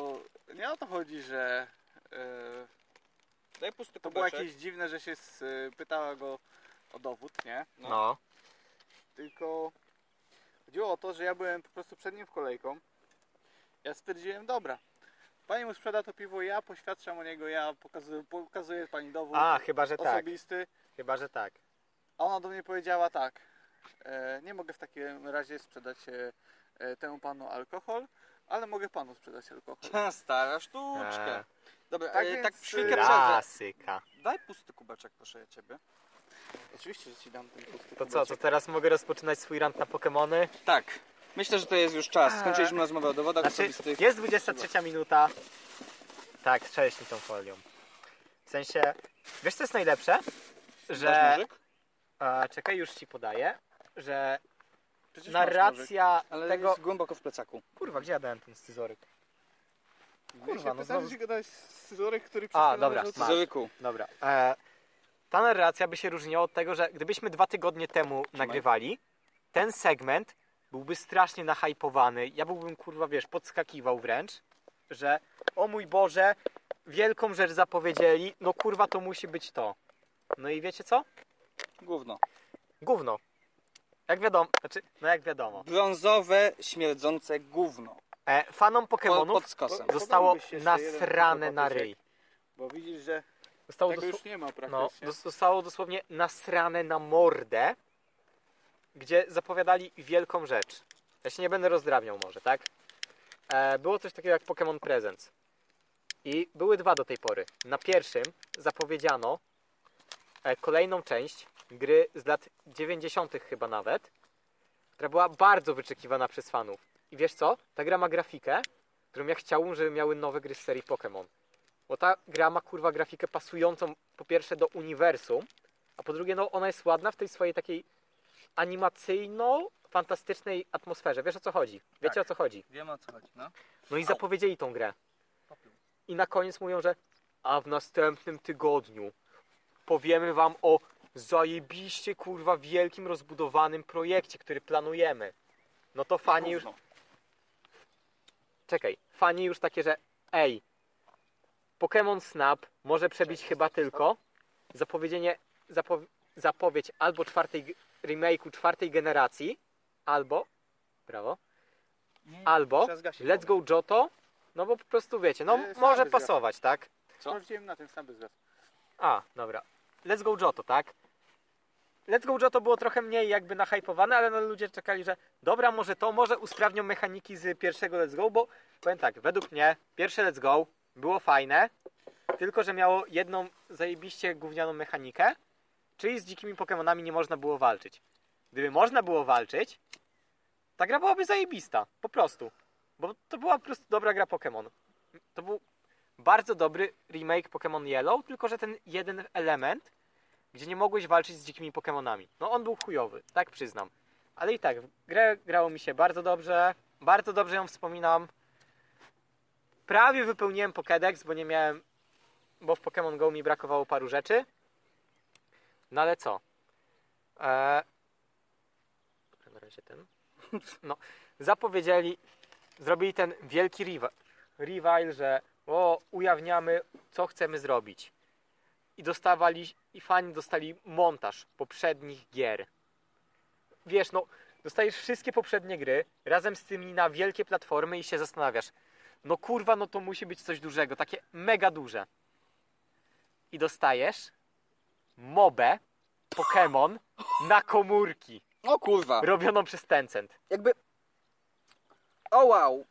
S3: nie o to chodzi, że e,
S2: Daj pusty
S3: to było
S2: kubeczek.
S3: jakieś dziwne, że się s- e, pytała go o dowód, nie?
S2: No.
S1: No.
S3: Tylko chodziło o to, że ja byłem po prostu przed nim w kolejką. Ja stwierdziłem, dobra, pani mu sprzeda to piwo, ja poświadczam o niego, ja pokazuję, pokazuję pani dowód
S1: A, chyba, że tak.
S3: osobisty.
S1: Chyba, że tak.
S3: A ona do mnie powiedziała tak. E, nie mogę w takim razie sprzedać e, e, temu panu alkohol, ale mogę panu sprzedać alkohol.
S2: Ta Stara sztuczka.
S1: Eee.
S2: Dobra,
S3: Tak
S2: tak, e,
S3: więc,
S2: tak
S3: e,
S2: chwilkę przerwę.
S1: Klasyka.
S2: Daj pusty kubeczek, proszę ja ciebie.
S3: Oczywiście, że ci dam ten pusty
S1: To co, to teraz mogę rozpoczynać swój rant na Pokemony?
S2: Tak. Myślę, że to jest już czas. Skończyliśmy rozmowę o dowodach
S1: Znaczy,
S2: osobistych.
S1: jest 23 minuta. Tak, trzeźni tą folią. W sensie, wiesz co jest najlepsze?
S2: Masz
S1: Że,
S2: nożyk?
S1: e, czekaj, już ci podaję, że
S3: Przecież masz nożyk.
S1: narracja
S2: Ale
S1: tego...
S2: jest głęboko w plecaku.
S1: Kurwa, gdzie ja dałem ten scyzoryk?
S3: Ja się
S1: Kurwa, no
S3: pytałem,
S1: znowu...
S3: czy go dałeś scyzoryk, który
S1: A,
S3: przed chwilą
S1: dobra,
S3: leżał tu.
S1: Masz.
S2: Zoryku.
S1: Dobra. E, ta narracja by się różniła od tego, że gdybyśmy dwa tygodnie temu nagrywali, ten segment byłby strasznie nachajpowany. Ja byłbym, kurwa, wiesz, podskakiwał wręcz, że o mój Boże, wielką rzecz zapowiedzieli, no kurwa, to musi być to. No i wiecie co?
S2: Gówno.
S1: Gówno. Jak wiadomo, znaczy, no jak wiadomo.
S2: Brązowe, śmierdzące gówno.
S1: E, fanom
S2: Po,
S1: Pokemonów
S2: pod skosem.
S3: Bo-
S1: zostało
S3: Podobałby się jeszcze jeden
S1: nasrane
S3: tylko
S1: na
S3: patyzek.
S1: ryj.
S3: Bo widzisz, że
S1: Zostało
S3: tego
S1: dosł-
S3: już nie ma
S1: No,
S3: praktycznie.
S1: dos- zostało dosłownie nasrane na mordę, gdzie zapowiadali wielką rzecz. Ja się nie będę rozdrabniał może, tak? E, było coś takiego jak Pokémon Presents. I były dwa do tej pory. Na pierwszym zapowiedziano e, kolejną część gry z lat 90. chyba nawet, która była bardzo wyczekiwana przez fanów. I wiesz co? Ta gra ma grafikę, którą ja chciałbym, żeby miały nowe gry z serii Pokémon. Bo ta gra ma kurwa grafikę pasującą po pierwsze do uniwersum, a po drugie no ona jest ładna w tej swojej takiej animacyjno-fantastycznej atmosferze. Wiesz o co chodzi? Wiecie
S2: Tak.
S1: o co chodzi?
S2: Wiem o co chodzi, no.
S1: No i zapowiedzieli tą grę. I na koniec mówią, że a w następnym tygodniu powiemy wam o zajebiście kurwa wielkim rozbudowanym projekcie, który planujemy. No to fani już
S3: Gówno.
S1: czekaj, fani już takie, że ej, Pokémon Snap może przebić chyba tylko zapowiedzenie, zapo, zapowiedź albo czwartej g- remake'u czwartej generacji, albo brawo, albo
S4: trzeba zgasić
S1: Let's Go Johto, no bo po prostu wiecie, no
S3: Yy,
S1: może
S3: słaby zwiastun.
S1: pasować, tak?
S3: Co? Sprawdziłem na tym sam bez gwiazd.
S1: A, dobra. Let's Go Johto, tak? Let's Go Johto było trochę mniej jakby nahypowane, ale no ludzie czekali, że dobra, może to, może usprawnią mechaniki z pierwszego Let's Go, bo powiem tak, według mnie pierwsze Let's Go było fajne, tylko że miało jedną zajebiście gównianą mechanikę, czyli z dzikimi Pokemonami nie można było walczyć. Gdyby można było walczyć, ta gra byłaby zajebista, po prostu. Bo to była po prostu dobra gra Pokemon. To był bardzo dobry remake Pokémon Yellow, tylko że ten jeden element, gdzie nie mogłeś walczyć z dzikimi Pokémonami. No on był chujowy, tak przyznam. Ale i tak, w grę grało mi się bardzo dobrze, bardzo dobrze ją wspominam. Prawie wypełniłem Pokédex, bo nie miałem, bo w Pokémon Go mi brakowało paru rzeczy. No ale co? Eee... Na razie ten. No, zapowiedzieli, zrobili ten wielki riwa, reveal, że o, ujawniamy, co chcemy zrobić. I dostawali, i fani dostali montaż poprzednich gier. Wiesz, no, dostajesz wszystkie poprzednie gry razem z tymi na wielkie platformy i się zastanawiasz, no kurwa, no to musi być coś dużego, takie mega duże. I dostajesz mobę Pokémon na komórki,
S2: O kurwa.
S1: robioną przez Tencent.
S2: Jakby... O wow.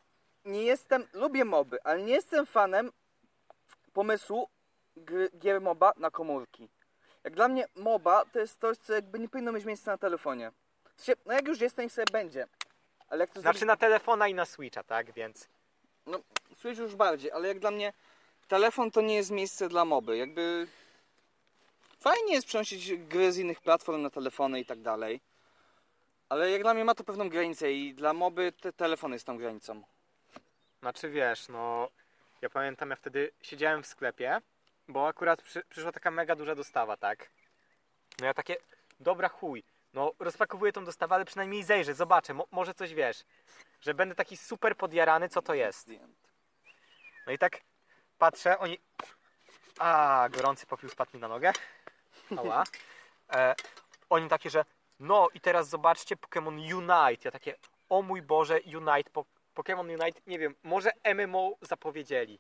S2: Nie jestem... Lubię moby, ale nie jestem fanem pomysłu gry, gier moba na komórki. Jak dla mnie moba to jest coś, co jakby nie powinno mieć miejsca na telefonie. W sensie, No jak już jest, to niech sobie będzie. Ale jak to
S1: Znaczy na telefona i na Switcha, tak? Więc
S2: Switch już bardziej, ale jak dla mnie telefon to nie jest miejsce dla moby. Jakby fajnie jest przenosić gry z innych platform na telefony i tak dalej. Ale jak dla mnie ma to pewną granicę i dla moby te telefon jest tą granicą.
S1: Znaczy wiesz, no ja pamiętam, ja wtedy siedziałem w sklepie, bo akurat przy, przyszła taka mega duża dostawa, tak? No ja takie, dobra chuj, no rozpakowuję tą dostawę, ale przynajmniej zejrzę, zobaczę, mo, może coś wiesz, że będę taki super podjarany, co to jest. No i tak patrzę, oni... A, gorący popiół spadł mi na nogę. Ała. E, oni takie, że no i teraz zobaczcie Pokémon Unite. Ja takie, o mój Boże, Unite, po, Pokémon Unite, nie wiem, może MMO zapowiedzieli.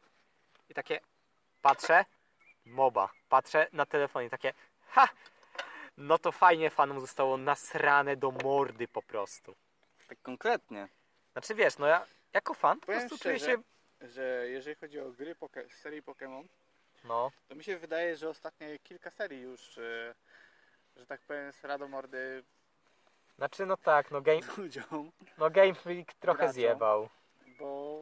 S1: I takie, patrzę, MOBA, patrzę na telefonie, takie, ha, no to fajnie fanom zostało nasrane do mordy po prostu.
S2: Tak konkretnie.
S1: Znaczy wiesz, no ja jako fan po
S3: Powiem
S1: prostu czuję
S3: szczerze,
S1: się,
S3: Że jeżeli chodzi o gry poke- z serii Pokémon,
S1: no,
S3: to mi się wydaje, że ostatnie kilka serii już, e, że tak powiem, z radą mordy [LAUGHS]
S1: znaczy no tak, no game,
S3: ludziom,
S1: no game Freak trochę
S3: Graczom.
S1: zjebał.
S3: bo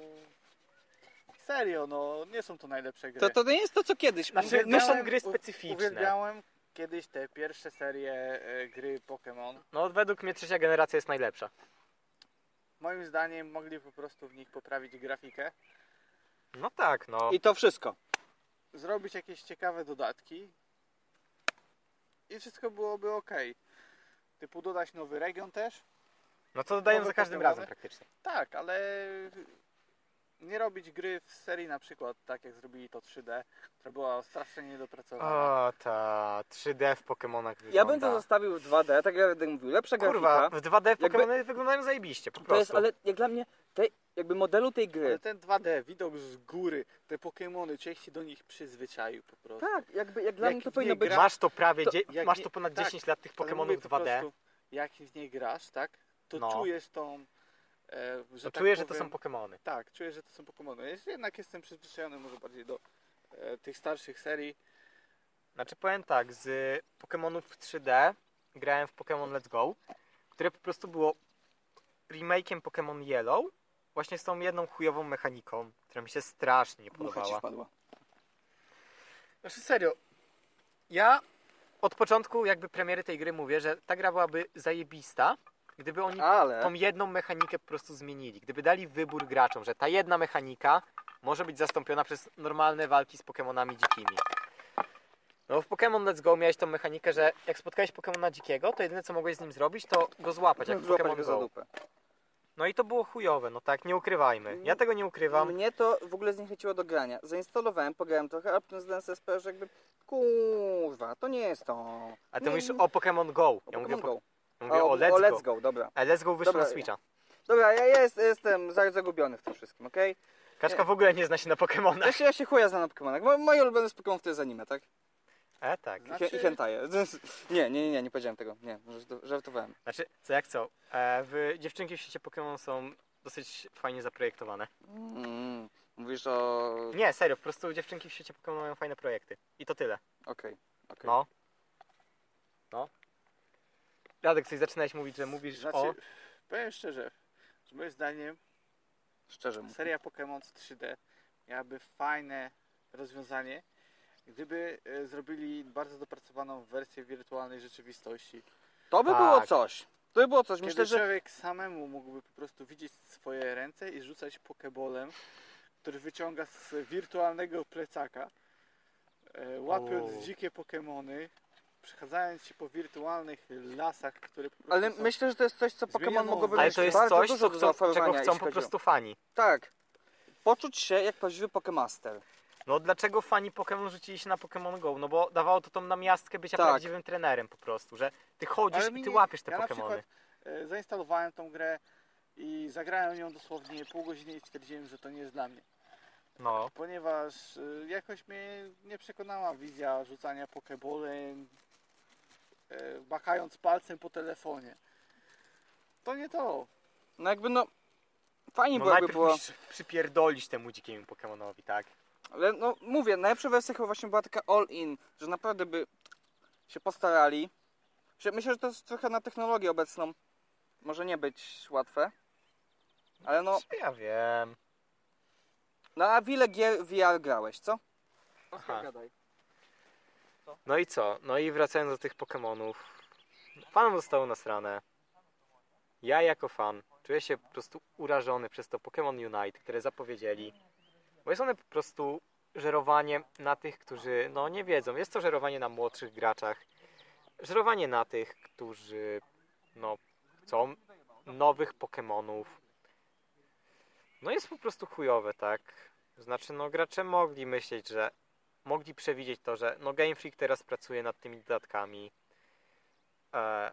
S3: serio, no nie są to najlepsze gry.
S2: To, to nie jest to co kiedyś.
S1: Znaczy no są
S3: Uwielbiałem-
S1: gry
S3: u-
S1: specyficzne.
S3: Uwielbiałem kiedyś te pierwsze serie e, gry Pokémon.
S1: No według mnie trzecia generacja jest najlepsza.
S3: Moim zdaniem mogli po prostu w nich poprawić grafikę,
S1: No tak, no.
S2: I to wszystko.
S3: zrobić jakieś ciekawe dodatki i wszystko byłoby ok. Typu dodać nowy region też?
S1: No to dodają
S3: nowe
S1: za każdym
S3: Pokémony?
S1: razem praktycznie.
S3: Tak, ale nie robić gry w serii na przykład tak jak zrobili to 3D, która była strasznie niedopracowana.
S1: O, ta 3D w Pokemonach wygląda.
S2: Ja bym to zostawił w 2D, tak jak będę mówił, lepsza
S1: Kurwa,
S2: grafika.
S1: w 2D
S2: Jakby-
S1: Pokemony wyglądają zajebiście, po prostu.
S2: To jest, ale jak dla mnie, tej, jakby modelu tej
S3: Ale
S2: gry.
S3: ten 2D, widok z góry, te Pokémony, człowiek się do nich przyzwyczaił po prostu.
S2: Tak, jakby jak dla
S3: Jak
S2: mnie to
S3: w
S2: powinno
S3: nie
S2: być.
S3: gra-
S1: Masz to prawie,
S2: To-
S1: dzie-
S3: jak
S1: masz
S3: nie-
S1: to ponad
S3: tak,
S1: 10 lat tych
S3: Ale
S1: Pokemonów
S3: mówię po
S1: 2D.
S3: prostu, Jak w nie grasz, tak, to
S1: No.
S3: czujesz tą... E, że
S1: to
S3: tak
S1: czuję, że to
S3: powiem,
S1: są Pokemony.
S3: Tak, czuję, że to są Pokémony. Ja jednak jestem przyzwyczajony może bardziej do e, tych starszych serii.
S1: Znaczy powiem tak, z Pokemonów w 3D grałem w Pokemon Let's Go, które po prostu było remake'iem Pokemon Yellow, właśnie z tą jedną chujową mechaniką, która mi się strasznie nie
S2: Mucha ci
S1: podobała.
S2: wpadła.
S1: Znaczy serio, ja od początku jakby premiery tej gry mówię, że ta gra byłaby zajebista, gdyby oni tą
S2: Ale
S1: jedną mechanikę po prostu zmienili. Gdyby dali wybór graczom, że ta jedna mechanika może być zastąpiona przez normalne walki z Pokemonami dzikimi. No bo w Pokémon Let's Go miałeś tą mechanikę, że jak spotkałeś Pokemona dzikiego, to jedyne co mogłeś z nim zrobić, to go złapać, jak w
S2: złapać
S1: Pokémon
S2: go za
S1: Go.
S2: dupę.
S1: No i to było chujowe, no tak, nie ukrywajmy. Ja tego nie ukrywam.
S2: Mnie to w ogóle zniechęciło do grania. Zainstalowałem, pograłem trochę, a potem zdałem sobie sprawę, że jakby kurwa, to nie jest to.
S1: A ty
S2: Nie,
S1: mówisz
S2: nie,
S1: o Pokémon Go.
S2: o
S1: Ja mówię
S2: Pokémon
S1: o,
S2: Go.
S1: po, mówię o, Let's, Go.
S2: dobra.
S1: A Let's Go wyszło
S2: Dobra,
S1: na Switcha.
S2: Dobra, ja ja jest, jestem za- zagubiony w tym wszystkim, okej?
S1: Kaczka w ogóle nie zna się na Pokemonach.
S2: Ja się, ja się chuja znam na Pokemonach. Mo- Moje ulubione z Pokemonów to jest anime, tak?
S1: E, tak.
S2: I, he- i hentaje. [LAUGHS] Nie, nie, nie, nie, nie powiedziałem tego. Nie, żartu- żartowałem.
S1: Znaczy, co jak co? E, w, dziewczynki w świecie Pokémon są dosyć fajnie zaprojektowane.
S2: Mm, mówisz o... Okej,
S1: Nie, serio, po prostu dziewczynki w świecie Pokémon mają fajne projekty. I to tyle.
S2: okej.
S1: No. No. Radek, coś zaczynałeś mówić, że mówisz
S3: Znaczy,
S1: o...
S3: powiem szczerze, że moim zdaniem
S2: Szczerze mówiąc.
S3: seria Pokémon 3D miałaby fajne rozwiązanie, gdyby e, zrobili bardzo dopracowaną wersję wirtualnej rzeczywistości.
S2: To by
S1: Tak.
S2: było coś. To by było coś. Myślę,
S3: Kiedy
S2: że...
S3: człowiek samemu mógłby po prostu widzieć swoje ręce i rzucać pokebolem, który wyciąga z wirtualnego plecaka, e, łapiąc
S1: O.
S3: dzikie pokemony, przechadzając się po wirtualnych lasach, które po prostu
S2: Ale
S3: są...
S2: myślę, że to jest coś, co
S3: Zmienią
S2: Pokémon mogłoby
S3: Ale
S1: Ale
S2: mieć
S1: to jest
S2: bardzo
S1: coś,
S2: dużo
S1: co
S2: do
S1: chcą,
S2: zaoferowania,
S1: czego
S2: jeśli
S1: chcą po
S2: chodzi o-
S1: prostu fani.
S2: Tak. Poczuć się jak prawdziwy Pokemaster.
S1: No dlaczego fani Pokémon rzucili się na Pokémon Go? No bo dawało to tą namiastkę bycia
S2: Tak.
S1: prawdziwym trenerem po prostu, że ty chodzisz
S3: Ale
S1: i
S3: mi
S1: ty
S3: nie-
S1: łapiesz te
S3: ja na
S1: Pokémony.
S3: przykład e, zainstalowałem tą grę i zagrałem ją dosłownie pół godziny i stwierdziłem, że to nie jest dla mnie.
S1: No.
S3: Ponieważ e, jakoś mnie nie przekonała wizja rzucania pokebolem, e, machając palcem po telefonie. To nie to.
S2: No jakby no... Fajnie
S1: No
S2: byłoby
S1: najpierw
S2: było...
S1: musisz przypierdolić temu dzikiemu Pokemonowi, tak?
S2: Ale no mówię, najlepsza wersja chyba właśnie była taka all in, że naprawdę by się postarali. Że Myślę, że to jest trochę na technologię obecną. Może nie być łatwe. Ale no,
S1: Czy ja wiem.
S2: no a w ile gier VR grałeś, co?
S1: Aha. No i co? No i wracając do tych Pokemonów. Fanom zostało nasrane. Ja jako fan czuję się po prostu urażony przez to Pokémon Unite, które zapowiedzieli. Bo jest one po prostu żerowaniem na tych, którzy no nie wiedzą. Jest to żerowanie na młodszych graczach. Żerowanie na tych, którzy no chcą nowych Pokemonów. No jest po prostu chujowe, tak? Znaczy no gracze mogli myśleć, że mogli przewidzieć to, że no Game Freak teraz pracuje nad tymi dodatkami e,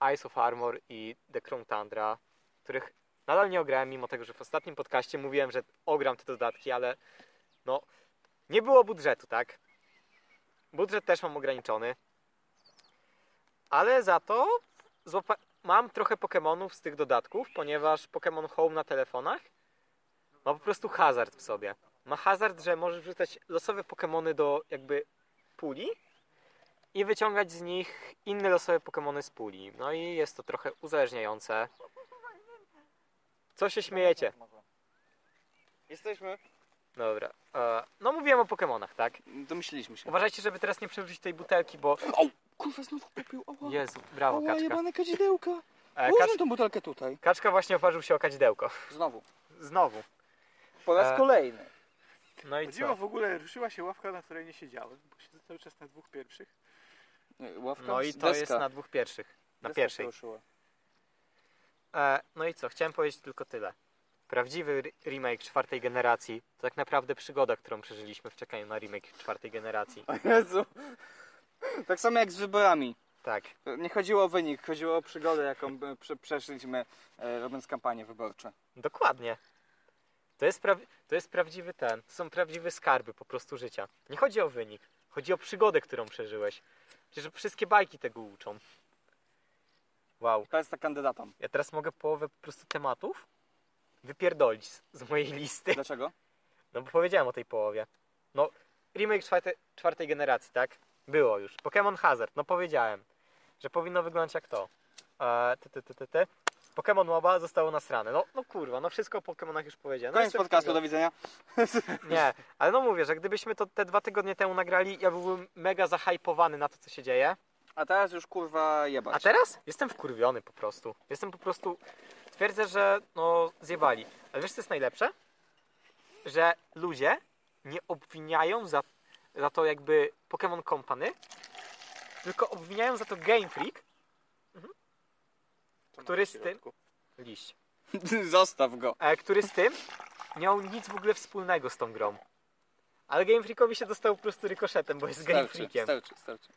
S1: Eyes of Armor i The Crown Tundra, których nadal nie ograłem, mimo tego, że w ostatnim podcaście mówiłem, że ogram te dodatki, ale no nie było budżetu, tak? Budżet też mam ograniczony, ale za to złapa- mam trochę Pokemonów z tych dodatków, ponieważ Pokémon Home na telefonach ma po prostu hazard w sobie ma hazard, że możesz wrzucać losowe Pokemony do jakby puli i wyciągać z nich inne losowe Pokemony z puli. No i jest to trochę uzależniające. Co się śmiejecie?
S2: Jesteśmy.
S1: Dobra. E, no mówiłem o Pokemonach, tak?
S2: Domyśliliśmy się.
S1: Uważajcie, żeby teraz nie przewrócić tej butelki, bo...
S2: Kurwa, znowu kupił. Ała,
S1: Jezu, brawo
S2: ała
S1: Kaczka.
S2: jebane kadzidełka.
S1: E,
S2: Ułożę
S1: kacz...
S2: tą butelkę tutaj.
S1: Kaczka właśnie oparzył się o kadzidełko.
S2: Znowu.
S1: Znowu.
S2: Po raz
S1: E.
S2: kolejny.
S1: No i
S3: Dziwo
S1: co?
S3: w ogóle ruszyła się ławka, na której nie siedziałem, bo siedzę cały czas na dwóch pierwszych.
S2: Nie, Ławka
S1: No i to
S2: deska.
S1: jest na dwóch pierwszych. Na
S2: Deska się
S1: pierwszej.
S2: ruszyła.
S1: E, no i co? Chciałem powiedzieć tylko tyle. Prawdziwy re- remake czwartej generacji to tak naprawdę przygoda, którą przeżyliśmy w czekaniu na remake czwartej generacji.
S2: O Jezu. Tak samo jak z wyborami.
S1: Tak.
S2: Nie chodziło o wynik, chodziło o przygodę, jaką by prze- przeszliśmy e, robiąc kampanię wyborcze.
S1: Dokładnie. To jest, pra... to jest prawdziwy ten. To są prawdziwe skarby po prostu życia. Nie chodzi o wynik, chodzi o przygodę, którą przeżyłeś. Przecież wszystkie bajki tego uczą. Wow.
S2: To jest tak ta kandydatą.
S1: Ja teraz mogę połowę po prostu tematów wypierdolić z, z mojej listy.
S2: Dlaczego?
S1: No bo powiedziałem o tej połowie. No, remake czwarte, czwartej generacji, tak? Było już. Pokémon Hazard, no powiedziałem, że powinno wyglądać jak to. Eee, ty, ty, ty, ty, ty. Pokémon MOBA zostało nasrane. No, no kurwa, no wszystko o Pokémonach już powiedziałem. No
S2: Koniec
S1: jestem
S2: podcastu,
S1: tego-
S2: do widzenia.
S1: Nie, ale no mówię, że gdybyśmy to te dwa tygodnie temu nagrali, ja byłbym mega zahypowany na to, co się dzieje.
S2: A teraz już kurwa jebać.
S1: A teraz? Jestem wkurwiony po prostu. Jestem po prostu. Twierdzę, że no zjebali. Ale wiesz, co jest najlepsze? Że ludzie nie obwiniają za, za to jakby Pokémon Company, tylko obwiniają za to Game Freak.
S3: Co
S1: Który
S3: masz w
S1: z
S3: środku?
S1: Liść.
S2: [LAUGHS] Zostaw go.
S1: E, który z tym nie miał nic w ogóle wspólnego z tą grą. Ale Game Freakowi się dostał po prostu rykoszetem, bo jest Game
S2: Starczy,
S1: Freakiem.
S2: starczy, starczy.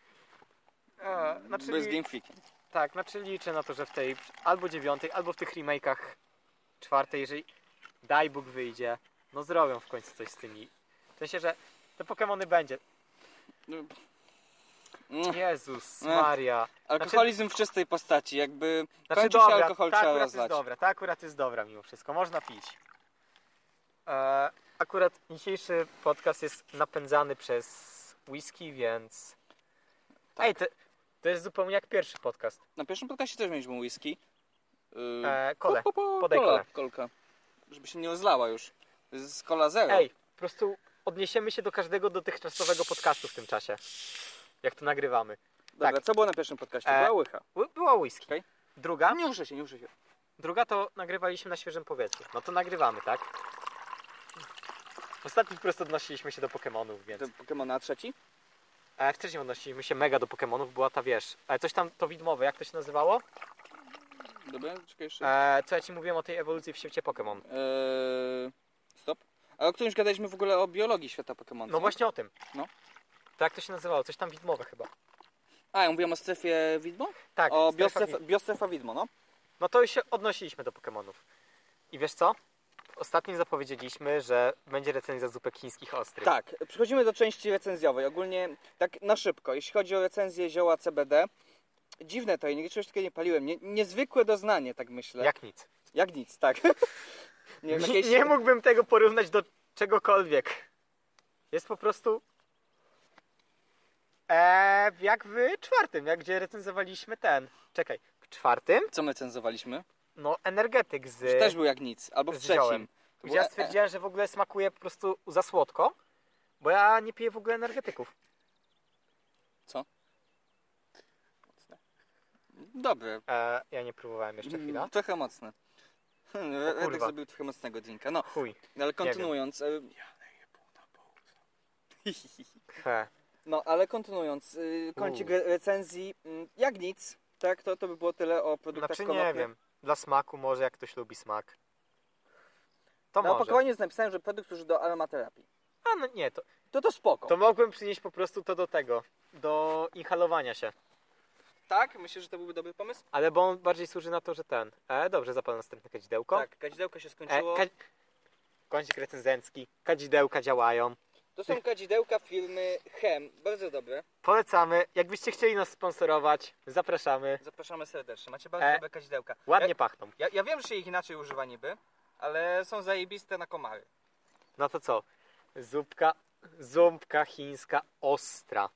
S1: E, no,
S2: Bo jest
S1: czyli,
S2: Game Freakiem.
S1: tak, znaczy liczę na to, że w tej albo dziewiątej, albo w tych remake'ach czwartej, jeżeli daj Bóg wyjdzie, no zrobią w końcu coś z tymi. W sensie, że te Pokémony będzie.
S2: Mm. [LAUGHS]
S1: Jezus,
S2: Ech.
S1: Maria.
S2: Alkoholizm w czystej postaci, jakby
S1: Znaczy
S2: kończy się
S1: dobra,
S2: alkohol,
S1: ta
S2: trzeba
S1: akurat jest
S2: rozlać.
S1: dobra, ta akurat jest dobra mimo wszystko, można pić. E, akurat dzisiejszy podcast jest napędzany przez whisky, więc...
S2: Tak.
S1: Ej, to, to jest zupełnie jak pierwszy podcast.
S2: Na pierwszym podcastie też mieliśmy whisky. Yy,
S1: E, kole.
S2: po, po, po,
S1: podaj
S2: kola,
S1: kolę.
S2: kolka. Żeby się nie rozlała już. To jest kola zero.
S1: Ej, po prostu odniesiemy się do każdego dotychczasowego podcastu w tym czasie. Jak to nagrywamy.
S2: Dobra,
S1: tak.
S2: co było na pierwszym podcaście?
S1: E,
S2: Była łycha.
S1: Ły- Była whisky.
S2: Okej.
S1: Druga?
S2: Nie ruszę się, nie ruszę się.
S1: Druga to nagrywaliśmy na świeżym powietrzu. No to nagrywamy, tak? Ostatnio po prostu odnosiliśmy się do Pokemonów, więc.
S2: Ten Pokemona trzeci?
S1: E, wcześniej odnosiliśmy się mega do Pokemonów, była ta wiesz. E, coś tam to widmowe, jak to się nazywało?
S2: Dobra, czekaj jeszcze.
S1: E, co ja ci mówiłem o tej ewolucji w świecie Pokemon?
S2: Eee, stop. A o którymś gadaliśmy w ogóle o biologii świata Pokemon.
S1: No właśnie o tym.
S2: No.
S1: To jak to się nazywało? Coś tam widmowe chyba.
S2: A, ja mówiłem o strefie widmo?
S1: Tak.
S2: o
S1: strefa
S2: biostrefa, biostrefa widmo, no.
S1: No to już się odnosiliśmy do Pokemonów. I wiesz co? Ostatnio zapowiedzieliśmy, że będzie recenzja zupek chińskich ostrych.
S2: Tak, przechodzimy do części recenzjowej. Ogólnie tak na szybko, jeśli chodzi o recenzję zioła CBD, dziwne to, ja nigdy czegoś takiego nie paliłem. Nie, niezwykłe doznanie, tak myślę.
S1: Jak nic.
S2: Jak nic, tak. [LAUGHS] nie, wiem,
S1: Nie,
S2: jakieś...
S1: nie mógłbym tego porównać do czegokolwiek. Jest po prostu... Eee, jak w czwartym, jak gdzie recenzowaliśmy ten. Czekaj, w czwartym?
S2: Co my cenzowaliśmy?
S1: No, energetyk z...
S2: Też był jak nic, albo w
S1: z ziołem.
S2: trzecim.
S1: Gdzie ja stwierdziłem, że w ogóle smakuje po prostu za słodko, bo ja nie piję w ogóle energetyków.
S2: Dobry.
S1: Eee, ja nie próbowałem jeszcze chwila.
S2: Mm, Trochę mocne. [LAUGHS] Redek
S1: kurwa.
S2: zrobił trochę mocnego drinka. No,
S1: Chuj.
S2: ale kontynuując. y,
S1: He.
S2: No, ale kontynuując. y, Kącik
S1: U.
S2: re- recenzji. mm, Jak nic, tak? To, to by było tyle o produktach
S1: Znaczy nie
S2: konopnych.
S1: wiem. Dla smaku może, jak ktoś lubi smak. To
S2: Na
S1: może.
S2: opakowaniu jest napisane, że produkt służy do aromaterapii.
S1: A no nie, to,
S2: To to spoko.
S1: to mogłem przynieść po prostu to do tego. Do inhalowania się.
S2: Tak? Myślę, że to byłby dobry pomysł?
S1: Ale bo on bardziej służy na to, że ten. E, dobrze, zapal następne kadzidełko.
S2: Tak, kadzidełka się
S1: e,
S2: skończyło.
S1: kadzi- Kącik recenzencki. Kadzidełka działają.
S2: To są kadzidełka firmy Hem. Bardzo dobre.
S1: Polecamy. Jakbyście chcieli nas sponsorować, zapraszamy.
S2: Zapraszamy serdecznie. Macie bardzo
S1: E,
S2: dobre kadzidełka.
S1: Ładnie pachną.
S2: Ja, ja wiem, że się ich inaczej używa niby, ale są zajebiste na komary.
S1: No to co? Zupka, ząbka chińska ostra.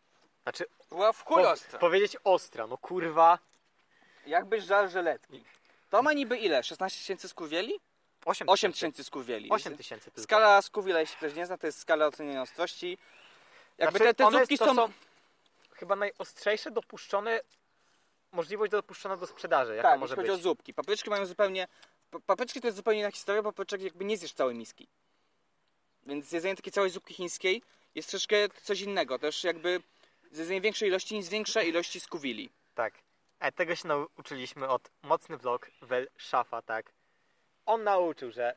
S1: Znaczy,
S2: Była w chuj
S1: po,
S2: ostra.
S1: powiedzieć ostra, no kurwa.
S2: Jakbyś żar żeletki. To ma niby ile? 16 tysięcy skuwieli?
S1: 8
S2: 8 tysięcy skuwieli.
S1: 8 tysięcy tylko.
S2: Skala skuwiela, jeśli ktoś nie zna, to jest skala oceniania ostrości. Jakby
S1: Znaczy,
S2: te, te
S1: one
S2: zupki
S1: to
S2: są... tak,
S1: chyba najostrzejsze dopuszczone, możliwość dopuszczona do sprzedaży. Jaka
S2: Tak, jeśli
S1: może
S2: chodzi
S1: być?
S2: o zupki. Papryczki mają zupełnie... pa- Papryczki to jest zupełnie inna historia, bo papryczek jakby nie zjesz całej miski. Więc jedzenie takiej całej zupki chińskiej jest troszkę coś innego. Też jakby jedzenie większej ilości niż większej ilości skuwili.
S1: Tak. E, tego się nauczyliśmy od mocny vlog Wel Szafa, tak. On nauczył, że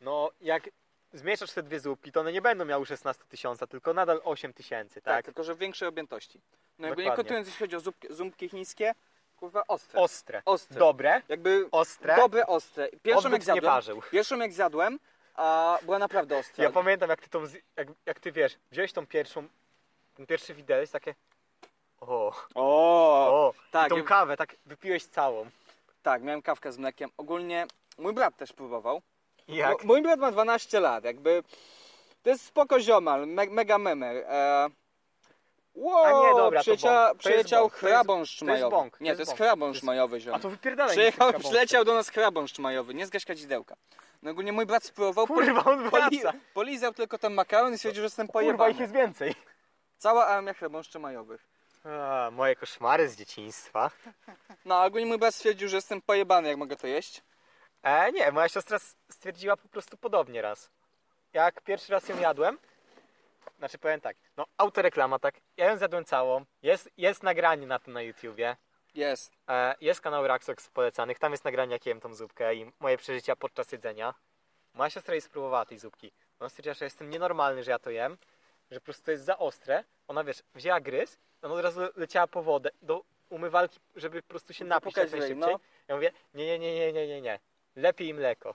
S1: no jak zmieszasz te dwie zupki, to one nie będą miały 16 tysiąca, tylko nadal 8 tysięcy,
S2: Tak,
S1: tak?
S2: tylko że w większej objętości. No jakby nie
S1: Dokładnie.
S2: kontynuując, jeśli chodzi o zupki, zumpki chińskie, kurwa ostre.
S1: Ostre.
S2: ostre.
S1: Dobre,
S2: jakby
S1: ostre,
S2: dobre, ostre. Pierwszą jak,
S1: odbyt nie
S2: zjadłem,
S1: parzył.
S2: pierwszą jak zjadłem, a była naprawdę ostra.
S1: Ja pamiętam, jak ty, tą, z- jak, jak ty wiesz, wziąłeś tą pierwszą, ten pierwszy widelec, takie o,
S2: o,
S1: o,
S2: tak,
S1: i tą
S2: ja-
S1: kawę, tak wypiłeś całą.
S2: tak, miałem kawkę z mlekiem. Ogólnie mój brat też próbował.
S1: I jak?
S2: Bo, mój brat ma 12 lat, jakby to jest spoko ziomal, me, mega memer. E, wow,
S1: A nie, dobra, to bąk. To
S2: przyjecia,
S1: jest
S2: przyjechał
S1: bąk, to jest-
S2: chrabąszcz
S1: to jest
S2: majowy.
S1: bąk, to
S2: Nie,
S1: jest
S2: to jest
S1: bąk. To
S2: chrabąszcz
S1: jest-
S2: majowy ziomal.
S1: No, A to wypierdalaj.
S2: Przyjechał,
S1: mi się
S2: przyleciał do nas chrabąszcz majowy, nie zgaś kadzidełka. No ogólnie mój brat spróbował,
S1: Kurwa, on
S2: poli,
S1: wraca.
S2: polizał tylko ten makaron i stwierdził, że jestem
S1: Kurwa, ich
S2: pojebany.
S1: jest więcej.
S2: Cała armia chrabąszczy majowych.
S1: A, moje koszmary z dzieciństwa.
S2: No, ogólnie mój brat stwierdził, że jestem pojebany, jak mogę to jeść.
S1: E, nie, moja siostra s- stwierdziła po prostu podobnie raz. Jak pierwszy raz ją jadłem, znaczy powiem tak, no autoreklama, tak, ja ją zjadłem całą, jest, jest nagranie na to na YouTubie,
S2: Jest.
S1: e, jest kanał Raxox polecanych, tam jest nagranie jak jem tą zupkę i moje przeżycia podczas jedzenia. Moja siostra jej spróbowała tej zupki, ona stwierdziła, że jestem nienormalny, że ja to jem, że po prostu to jest za ostre, ona wiesz, wzięła gryz, ona od razu leciała po wodę do umywalki, żeby po prostu się napić jak
S2: Pokaż jej,
S1: najszybciej.
S2: no.
S1: Ja mówię, nie, nie, nie, nie, nie, nie, nie. Lepiej mleko.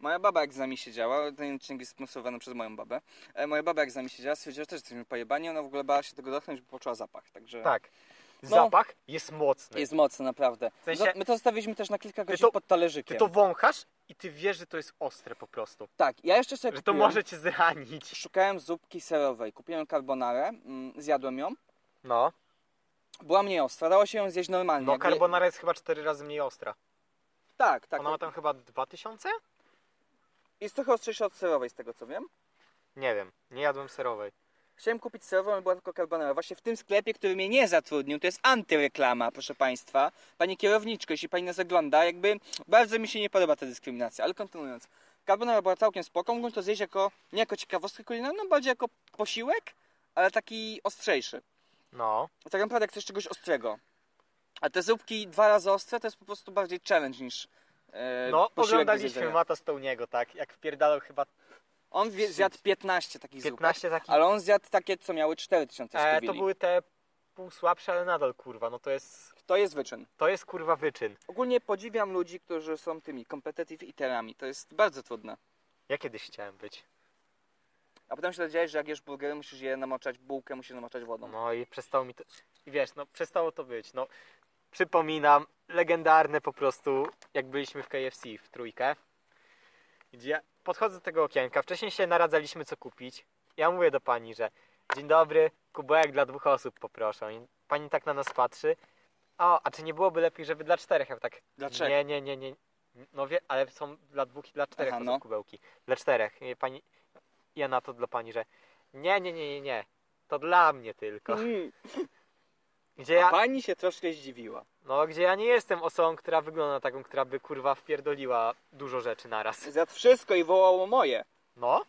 S2: Moja baba jak z nami siedziała, ten odcinek jest sponsorowany przez moją babę. E, moja baba jak z nami siedziała, stwierdziła, że też jesteśmy pojebani, ona w ogóle bała się tego dotknąć, bo poczuła zapach, także...
S1: Tak.
S2: No.
S1: Zapach jest mocny.
S2: Jest mocno, naprawdę.
S1: W sensie-
S2: No, my to zostawiliśmy też na kilka godzin
S1: to-
S2: pod talerzykiem.
S1: Ty to wąchasz i ty wiesz, że to jest ostre po prostu.
S2: Tak, ja jeszcze sobie
S1: Że to
S2: kupiłem,
S1: może cię zranić.
S2: Szukałem zupki serowej, kupiłem carbonarę, mm, zjadłem ją.
S1: No.
S2: Była mniej ostra, dało się ją zjeść normalnie.
S1: No
S2: jakby-
S1: carbonara jest chyba cztery razy mniej ostra.
S2: Tak, tak.
S1: Ona ma tam chyba 2000?
S2: Jest trochę ostrzejsza od serowej, z tego co wiem.
S1: Nie wiem. Nie jadłem serowej.
S2: Chciałem kupić serową, ale była tylko carbonara. Właśnie w tym sklepie, który mnie nie zatrudnił, to jest antyreklama, proszę Państwa. Pani kierowniczko, jeśli Pani nas ogląda, jakby bardzo mi się nie podoba ta dyskryminacja, ale kontynuując. Carbonara była całkiem spoko, mógłbym to zjeść jako, nie jako ciekawostkę kulinarną, no bardziej jako posiłek, ale taki ostrzejszy.
S1: No.
S2: Tak naprawdę jak chcesz czegoś ostrego. A te zupki dwa razy ostre to jest po prostu bardziej challenge niż e,
S1: No,
S2: posiłek do
S1: oglądaliśmy
S2: zjedzenia.
S1: Mata Stołniego, tak? Jak wpierdalał chyba
S2: On wie, zjadł 15 takich zupek,
S1: 15 takich.
S2: ale on zjadł takie, co miały 4000
S1: E,
S2: skubili.
S1: to były te pół słabsze, ale nadal kurwa. No to jest.
S2: To jest wyczyn.
S1: To jest kurwa wyczyn.
S2: Ogólnie podziwiam ludzi, którzy są tymi competitive eaterami. To jest bardzo trudne.
S1: Ja kiedyś chciałem być.
S2: A potem się dowiedziałeś, że jak jesz burgery, musisz je namoczać, bułkę musisz namoczać wodą.
S1: No i przestało mi to. I wiesz, no przestało to być. No przypominam, legendarne po prostu, jak byliśmy w KFC w trójkę, gdzie ja podchodzę do tego okienka, wcześniej się naradzaliśmy co kupić. Ja mówię do pani, że dzień dobry, kubełek dla dwóch osób poproszę. I pani tak na nas patrzy. O, a czy nie byłoby lepiej, żeby dla czterech? Ja tak,
S2: Dlaczego?
S1: nie, nie, nie, nie. No wie, ale są dla dwóch i dla czterech
S2: Aha,
S1: to
S2: no.
S1: są kubełki. Dla czterech. I Pani, ja na to dla pani, że nie, nie, nie, nie, nie. To dla mnie tylko.
S2: Mm.
S1: Gdzie ja,
S2: A pani się troszkę zdziwiła.
S1: no, gdzie ja nie jestem osobą, która wygląda na taką, która by kurwa wpierdoliła dużo rzeczy naraz.
S2: Zjadł wszystko i wołało moje.
S1: No,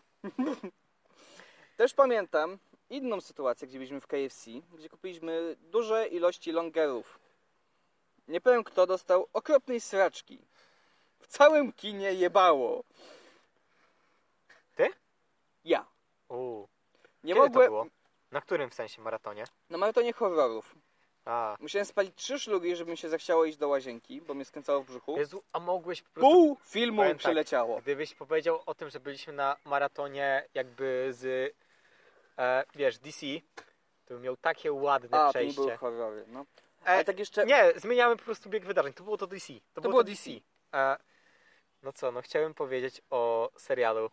S2: Też pamiętam inną sytuację, gdzie byliśmy w KFC, gdzie kupiliśmy duże ilości longerów. Nie powiem kto dostał okropnej sraczki. W całym kinie jebało.
S1: Ty?
S2: Ja.
S1: uuu.
S2: Nie
S1: Kiedy to
S2: mogłem.
S1: było? Na którym w sensie maratonie?
S2: Na maratonie horrorów.
S1: A,
S2: Musiałem spalić trzy szlugi, żeby mi się zachciało iść do łazienki, bo mnie skręcało w brzuchu.
S1: Jezu, a mogłeś po prostu...
S2: Pół filmu
S1: Powiem tak.
S2: przeleciało.
S1: Gdybyś powiedział o tym, że byliśmy na maratonie jakby z, e, wiesz, DC, to bym miał takie ładne
S2: A, to nie
S1: przejście.
S2: były horrory, no.
S1: E,
S2: Ale tak jeszcze...
S1: Nie, zmieniamy po prostu bieg wydarzeń. To było to DC. To,
S2: było DC.
S1: E, no co, no chciałem powiedzieć o serialu,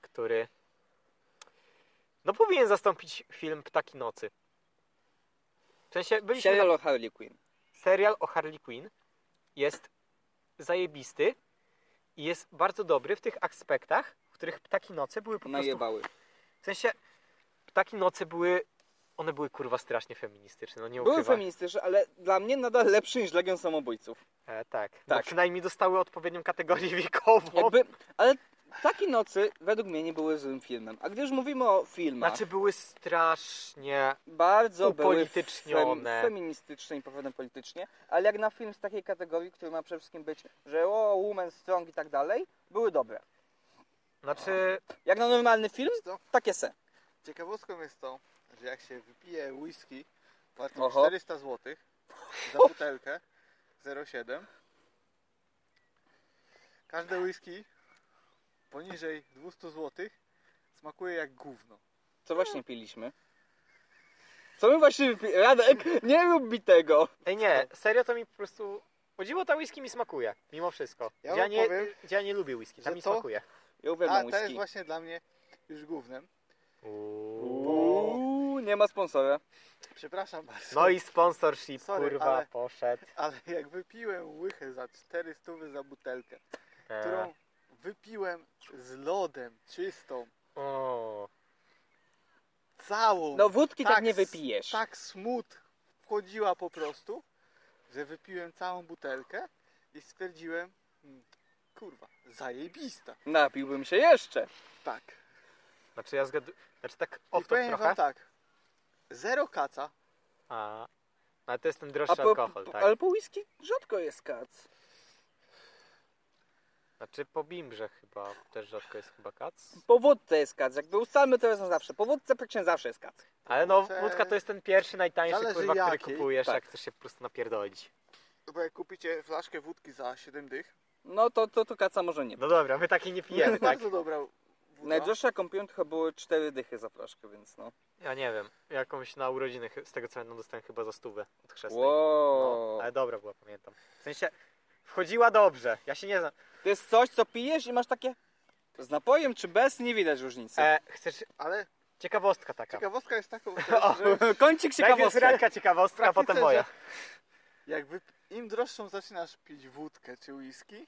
S1: który no powinien zastąpić film Ptaki Nocy. W sensie byliśmy...
S2: Serial o Harley Quinn.
S1: serial o Harley Quinn jest zajebisty i jest bardzo dobry w tych aspektach, w których Ptaki Nocy były po prostu
S2: Najebały.
S1: w sensie Ptaki Nocy były. One były kurwa strasznie feministyczne, no nie
S2: Były
S1: ukrywam.
S2: feministyczne, ale dla mnie nadal lepszy niż Legion Samobójców.
S1: e, tak, tak. Bo
S2: Tak.
S1: przynajmniej dostały odpowiednią kategorię wiekową.
S2: Jakby... Ale takie nocy według mnie nie były złym filmem. A gdy już mówimy o filmach,
S1: Znaczy były strasznie.
S2: bardzo były
S1: upolitycznione.
S2: fem, feministyczne i powiedzmy politycznie, ale jak na film z takiej kategorii, który ma przede wszystkim być, że o, woman strong i tak dalej, były dobre.
S1: Znaczy.
S2: Jak na normalny film,
S3: To
S2: takie se.
S3: Ciekawostką jest to, że jak się wypije whisky wartą
S2: Oho.
S3: 400 zł za butelkę 0,7 każde whisky poniżej 200 zł smakuje jak gówno.
S2: Co właśnie piliśmy? Co my właśnie wypi... Radek, nie rób mi tego!
S1: Ej nie, serio to mi po prostu. O dziwo ta whisky mi smakuje, mimo wszystko.
S3: Ja
S1: gdzie, ja
S3: wam
S1: nie,
S3: powiem,
S1: gdzie ja nie lubię whisky, tam
S3: że
S1: mi
S3: to-
S1: smakuje.
S2: Ja
S3: A
S2: uwielbiam
S3: to jest
S2: whisky.
S3: właśnie dla mnie już gównem.
S2: Uuu, nie ma sponsora.
S3: Przepraszam bardzo.
S1: No i sponsorship
S3: Sorry,
S1: kurwa
S3: ale-
S1: poszedł.
S3: Ale jak wypiłem łychę za 400 za butelkę,
S1: E,
S3: którą wypiłem z lodem czystą,
S1: o.
S3: całą.
S2: No wódki tak,
S3: Tak,
S2: nie
S3: s-
S2: wypijesz.
S3: Tak smut ochłodziła po prostu, że wypiłem całą butelkę i stwierdziłem, "Mm, kurwa, zajebista.
S2: Napiłbym się jeszcze.
S3: Tak.
S1: Znaczy ja zgaduję. Znaczy tak
S3: I
S1: off top
S3: powiem wam
S1: trochę.
S3: tak. Zero kaca.
S1: A, ale to jest ten droższy
S2: po-
S1: alkohol,
S2: po-
S1: tak?
S2: Ale po whisky rzadko jest kac.
S1: Znaczy po bimbrze chyba też rzadko jest chyba kac.
S2: Po wódce jest kac. Jakby ustalmy to jest na zawsze. Po wódce praktycznie zawsze jest kac.
S1: Ale no,
S3: Te-
S1: wódka to jest ten pierwszy, najtańszy,
S3: Zależy
S1: kurwa, który
S3: jakiej,
S1: kupujesz,
S3: tak.
S1: jak chcesz się po prostu napierdolić.
S3: Bo jak kupicie flaszkę wódki za 7 dych,
S2: No to, to, to kaca może nie.
S1: No dobra, my takiej nie
S3: to jest [LAUGHS]
S1: pijemy, tak?
S3: bardzo dobra wódka.
S2: Najdroższa jaką piłem to chyba były cztery dychy za flaszkę, więc no.
S1: Ja nie wiem, jakąś na urodziny, chy- z tego co pamiętam, dostałem chyba za stówę od chrzestnej. No,
S2: Wow.
S1: ale dobra była, pamiętam. W sensie, wchodziła dobrze, ja się nie znam.
S2: To jest coś, co pijesz i masz takie... Z napojem czy bez nie widać różnicy.
S1: E, chcesz,
S3: Ale
S1: ciekawostka taka.
S3: ciekawostka jest taką,
S1: O,
S3: że
S2: [LAUGHS] Kącik
S1: Najpierw
S2: ciekawostka.
S1: Ranka ciekawostka, a potem
S3: Praktyce,
S1: moja.
S3: jak wy, im droższą zaczynasz pić wódkę czy whisky,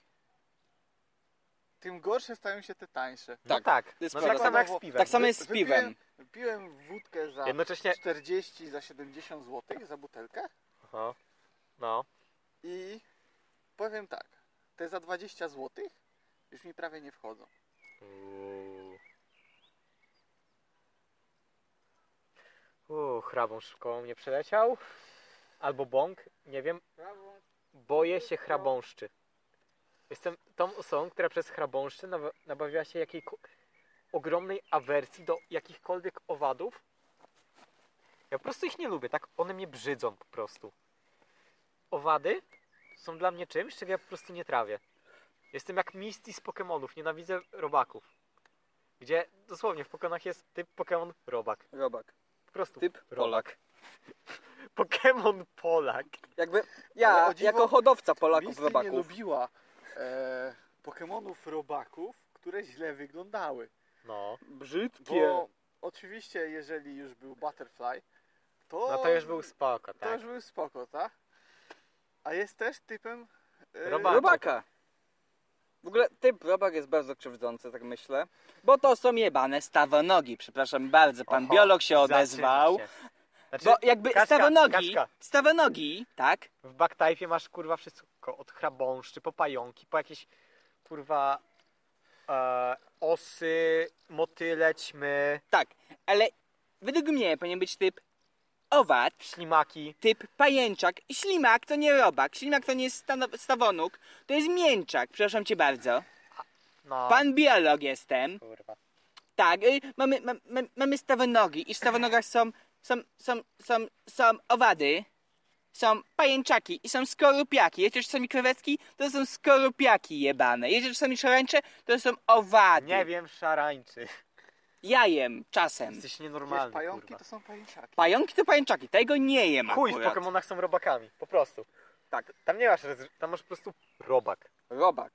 S3: tym gorsze stają się te tańsze.
S1: No
S2: Tak,
S1: tak,
S2: to jest
S1: no,
S2: prawda.
S1: tak samo jak z piwem.
S2: Tak samo jest z
S3: Wypiłem-
S2: piwem.
S3: Piłem wódkę
S2: Tak
S3: za
S1: Jednocześnie,
S3: 40, za 70 zł za butelkę
S1: Aha. no,
S3: i powiem tak, te za 20 zł już mi prawie nie wchodzą.
S1: Uuu. Uuu, hrabą szybko mnie przeleciał. Albo bąk, nie wiem. Boję się hrabąszczy. Jestem tą osobą, która przez hrabąszczy nawa- nabawiła się jakiej ogromnej awersji do jakichkolwiek owadów. Ja po prostu ich nie lubię, tak? One mnie brzydzą po prostu. Owady są dla mnie czymś, czego ja po prostu nie trawię. Jestem jak Misty z Pokemonów, nienawidzę robaków. Gdzie dosłownie w Pokonach jest typ Pokemon robak.
S2: Robak.
S1: Po prostu.
S2: Typ
S1: robak. Pokemon Polak.
S2: Jakby
S3: Ale
S2: ja,
S3: o dziwo,
S2: jako hodowca Polaków
S3: Misty nie
S2: robaków.
S3: lubiła e, Pokemonów robaków, które źle wyglądały.
S1: No.
S3: Bo
S2: Brzydkie.
S3: oczywiście jeżeli już był Butterfly, to,
S1: No to już był spoko,
S3: to
S1: tak?
S3: już był spoko, tak? A jest też typem e,
S1: Robaka.
S2: Robaka. W ogóle typ robak jest bardzo krzywdzący, tak myślę. Bo to są jebane stawonogi. Przepraszam bardzo, pan
S1: Oho,
S2: biolog się
S1: zaczyna
S2: odezwał.
S1: się. Znaczy,
S2: Bo jakby
S1: Kaśka,
S2: stawonogi,
S1: Kaśka.
S2: stawonogi, tak?
S1: w Backtype'ie masz kurwa wszystko. Od chrabąszczy, po pająki, po jakieś kurwa e, osy, motyle, ćmy,
S2: Tak, ale według mnie powinien być typ owad,
S1: ślimaki.
S2: typ pajęczak. Ślimak to nie robak, ślimak to nie jest stano- stawonóg, to jest mięczak, przepraszam cię bardzo.
S1: No.
S2: Pan biolog jestem.
S1: Kurwa.
S2: Tak, y, mamy, ma, ma, mamy stawonogi i w stawonogach są, są, są, są, są owady, są pajęczaki i są skorupiaki. Jeśli czasami krewetki, to są skorupiaki jebane. Jeśli czasami szarańcze, to są owady.
S1: Nie wiem, szarańczy. [LAUGHS]
S2: Jajem czasem.
S1: Jesteś
S3: Wiesz,
S1: nienormalny,
S3: pająki
S1: kurwa.
S3: to są pajęczaki.
S2: Pająki to pajęczaki, tego nie jem
S1: Chuj, w
S2: akurat.
S1: Pokemonach są robakami, po prostu.
S2: Tak.
S1: Tam nie masz, rez- tam masz po prostu robak.
S2: Robak.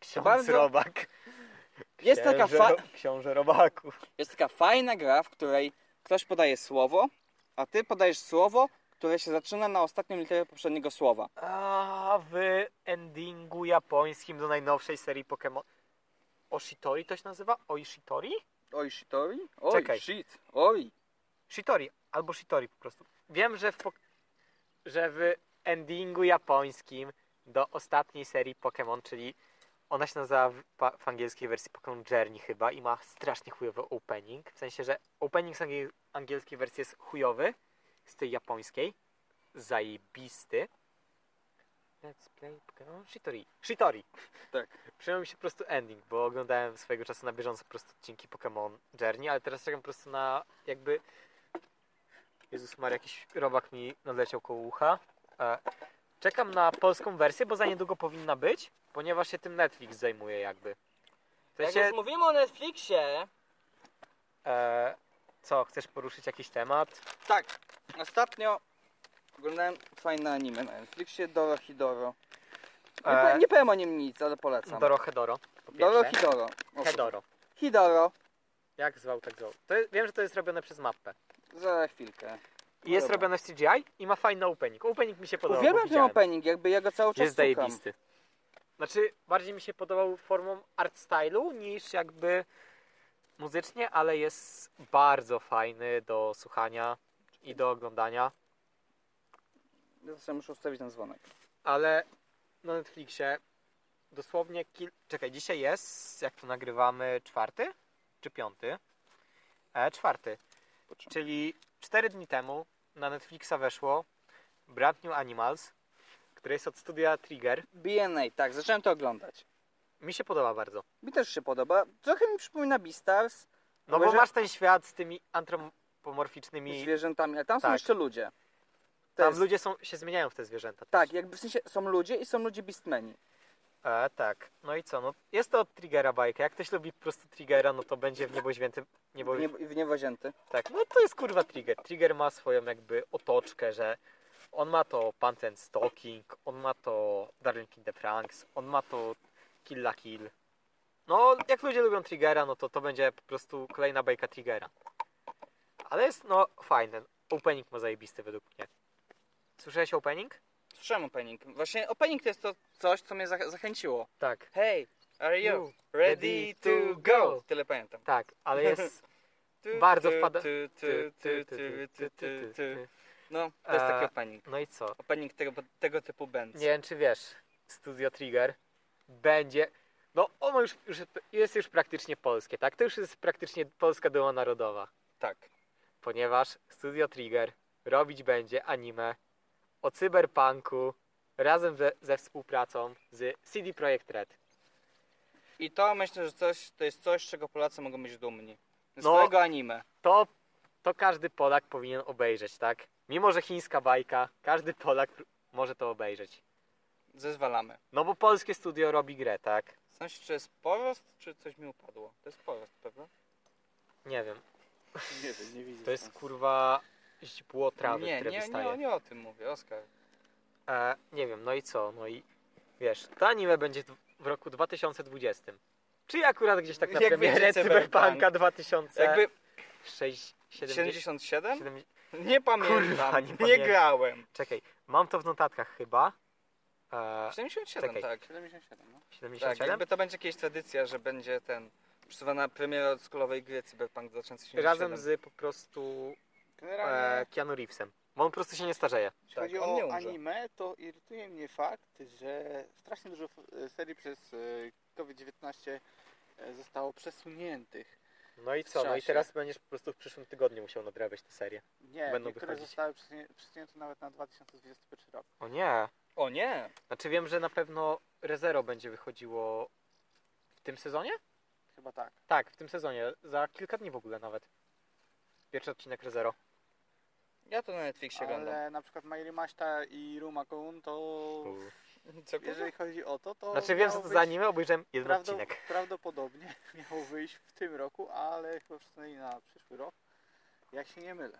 S1: Ksiądz
S2: Bardzo-
S1: robak.
S2: Jest taka,
S1: Księże
S2: fa-
S1: ro- Książę robaków.
S2: jest taka fajna gra, w której ktoś podaje słowo, a ty podajesz słowo, które się zaczyna na ostatnią literę poprzedniego słowa.
S1: A w endingu japońskim do najnowszej serii Pokémon. Oshitori to się nazywa? Oishitori?
S2: Oj, shitori? Oj,
S1: Czekaj.
S2: shit. Oj.
S1: Shitori, albo Shitori po prostu. Wiem, że w, pok- że w endingu japońskim do ostatniej serii Pokémon, czyli ona się nazywa w, pa- w angielskiej wersji Pokémon Journey chyba i ma strasznie chujowy opening. W sensie, że opening z angiel- angielskiej wersji jest chujowy, z tej japońskiej zajebisty. Let's play Pokémon Shitori. Shitori. [LAUGHS]
S2: Tak.
S1: Przyjął mi się po prostu ending, bo oglądałem swojego czasu na bieżąco po prostu odcinki Pokémon Journey, ale teraz czekam po prostu na jakby Jezus Maria, jakiś robak mi nadleciał koło ucha. E, Czekam na polską wersję, bo za niedługo powinna być, ponieważ się tym Netflix zajmuje jakby. W
S2: Jak
S1: sensie,
S2: już mówimy o Netflixie,
S1: e, co, chcesz poruszyć jakiś temat?
S2: tak, ostatnio oglądałem fajne anime na Netflixie, Doro Hidoro. Nie,
S1: E.
S2: powiem- nie powiem o nim nic, ale polecam.
S1: Doro Hedoro. Po
S2: Doro
S1: pierwsze.
S2: Hidoro. O,
S1: Hedoro.
S2: Hidoro.
S1: Jak zwał, tak zwał. To jest, wiem, że to jest robione przez mapę.
S2: Za chwilkę.
S1: I jest
S2: Dobra.
S1: robione z CGI i ma fajny opening. Opening mi się podobał. bo
S2: Uwielbiam ten
S1: widziałem.
S2: opening, jakby ja go cały czas
S1: Jest
S2: szukam.
S1: zajebisty. Znaczy, bardziej mi się podobał formą art stylu niż jakby muzycznie, ale jest bardzo fajny do słuchania i do oglądania.
S2: Ja sobie muszę ustawić ten dzwonek.
S1: ale na Netflixie dosłownie kil... Czekaj, dzisiaj jest, jak to nagrywamy, czwarty? Czy piąty? E, czwarty.
S2: Poczekaj.
S1: Czyli cztery dni temu na Netflixa weszło Brand New Animals, które jest od studia Trigger.
S2: BNA, tak, zacząłem to oglądać.
S1: Mi się podoba bardzo.
S2: Mi też się podoba. Trochę mi przypomina Beastars
S1: No bo
S2: Obejrzę-
S1: masz ten świat z tymi antropomorficznymi...
S2: z zwierzętami, ale tam są
S1: Tak.
S2: jeszcze ludzie. To
S1: Tam
S2: jest-
S1: ludzie są, się zmieniają w te zwierzęta.
S2: Tak, jakby w sensie są ludzie i są ludzie Beastmeni.
S1: E, tak. No i co? No, jest to od Triggera bajka. Jak ktoś lubi po prostu Triggera, no to będzie w niebo święty... Niebo...
S2: Nie, w niewłazięty.
S1: Tak, no to jest kurwa Trigger. Trigger ma swoją jakby otoczkę, że on ma to Panten Stalking, on ma to Darling in the Franks, on ma to Kill la Kill. No, jak ludzie lubią Triggera, no to to będzie po prostu kolejna bajka Triggera. Ale jest, no, fajne. Opening ma zajebisty według mnie. Słyszałeś opening?
S2: Słyszałem opening. Właśnie opening to jest to coś, co mnie zach- zachęciło.
S1: Tak.
S2: Hey, are
S1: You ready to go?
S2: Tyle pamiętam.
S1: Tak, ale jest...
S2: Tu,
S1: Bardzo
S2: tu,
S1: wpada-
S2: tu, [LAUGHS] tu, tu, tu, tu, tu, tu. No, to
S1: A-
S2: jest taki opening.
S1: No i co?
S2: Opening tego, tego typu bands.
S1: Nie wiem, czy wiesz, Studio Trigger będzie. No, ono już, już jest już praktycznie polskie, tak? To już jest praktycznie polska duma narodowa,
S2: Tak.
S1: ponieważ Studio Trigger robić będzie anime o cyberpunku razem ze, ze współpracą z CD Projekt Red.
S2: I to myślę, że coś, to jest coś, z czego Polacy mogą być dumni. Z
S1: No.
S2: całego anime.
S1: To, to każdy Polak powinien obejrzeć, tak? Mimo, że chińska bajka, każdy Polak może to obejrzeć.
S2: Zezwalamy.
S1: No bo polskie studio robi grę, tak?
S2: W sensie, czy jest porost, czy coś mi upadło? To jest porost, prawda?
S1: Nie wiem,
S3: Nie wiem, nie widzę.
S1: to jest kurwa źdźbło trawy,
S2: nie,
S1: które
S2: nie,
S1: wystaje.
S2: nie, nie o tym mówię, Oskar.
S1: E, nie wiem, no i co? No i wiesz, to anime będzie dw- w roku 2020. Czyli akurat gdzieś tak na
S2: Jak
S1: premierę
S2: będzie
S1: Cyberpunka
S2: Cyberpunk.
S1: 2000.
S2: Jakby
S1: 6, 70,
S2: 77?
S1: 70,
S2: Nie pamiętam.
S1: Kurwa, nie
S2: nie,
S1: pamiętam.
S2: grałem.
S1: Czekaj, mam to w notatkach chyba. E,
S2: 77,
S1: Czekaj.
S2: tak.
S3: 77, no.
S2: Tak,
S1: 77?
S2: jakby to będzie jakaś tradycja, że będzie ten przesuwana premiera od skolowej gry Cyberpunk 2077.
S1: Razem z po prostu
S3: Generalnie,
S1: e, Keanu Reevesem. Bo on po prostu się nie starzeje.
S3: jeśli
S2: tak,
S3: chodzi
S2: on nie
S3: o
S2: umrze.
S3: anime, to irytuje mnie fakt, że strasznie dużo e, serii przez e, COVID-19 e, zostało przesuniętych.
S1: No i
S3: W
S1: co? No i
S3: czasie.
S1: teraz będziesz po prostu w przyszłym tygodniu musiał nadrabiać tę serię.
S3: Nie,
S1: Będą
S3: niektóre
S1: wychodzić.
S3: zostały przesunie- przesunięte nawet na 2021 rok.
S1: O nie.
S2: O nie!
S1: Znaczy wiem, że na pewno Rezero będzie wychodziło w tym sezonie?
S3: Chyba tak.
S1: Tak, w tym sezonie. Za kilka dni w ogóle nawet. Pierwszy odcinek Rezero.
S2: Ja to na Netflixie oglądam.
S1: no.
S3: Ale na przykład Mairi Maśta i Ruma Kun to...
S2: Co
S3: Jeżeli chodzi o to, to
S1: Znaczy wiem, że
S3: miało
S1: to
S3: być
S1: za anime obejrzałem jeden
S3: prawdo-
S1: odcinek. [LAUGHS]
S3: Prawdopodobnie miało wyjść w tym roku, ale chyba przesunęli na przyszły rok. Jak się nie mylę.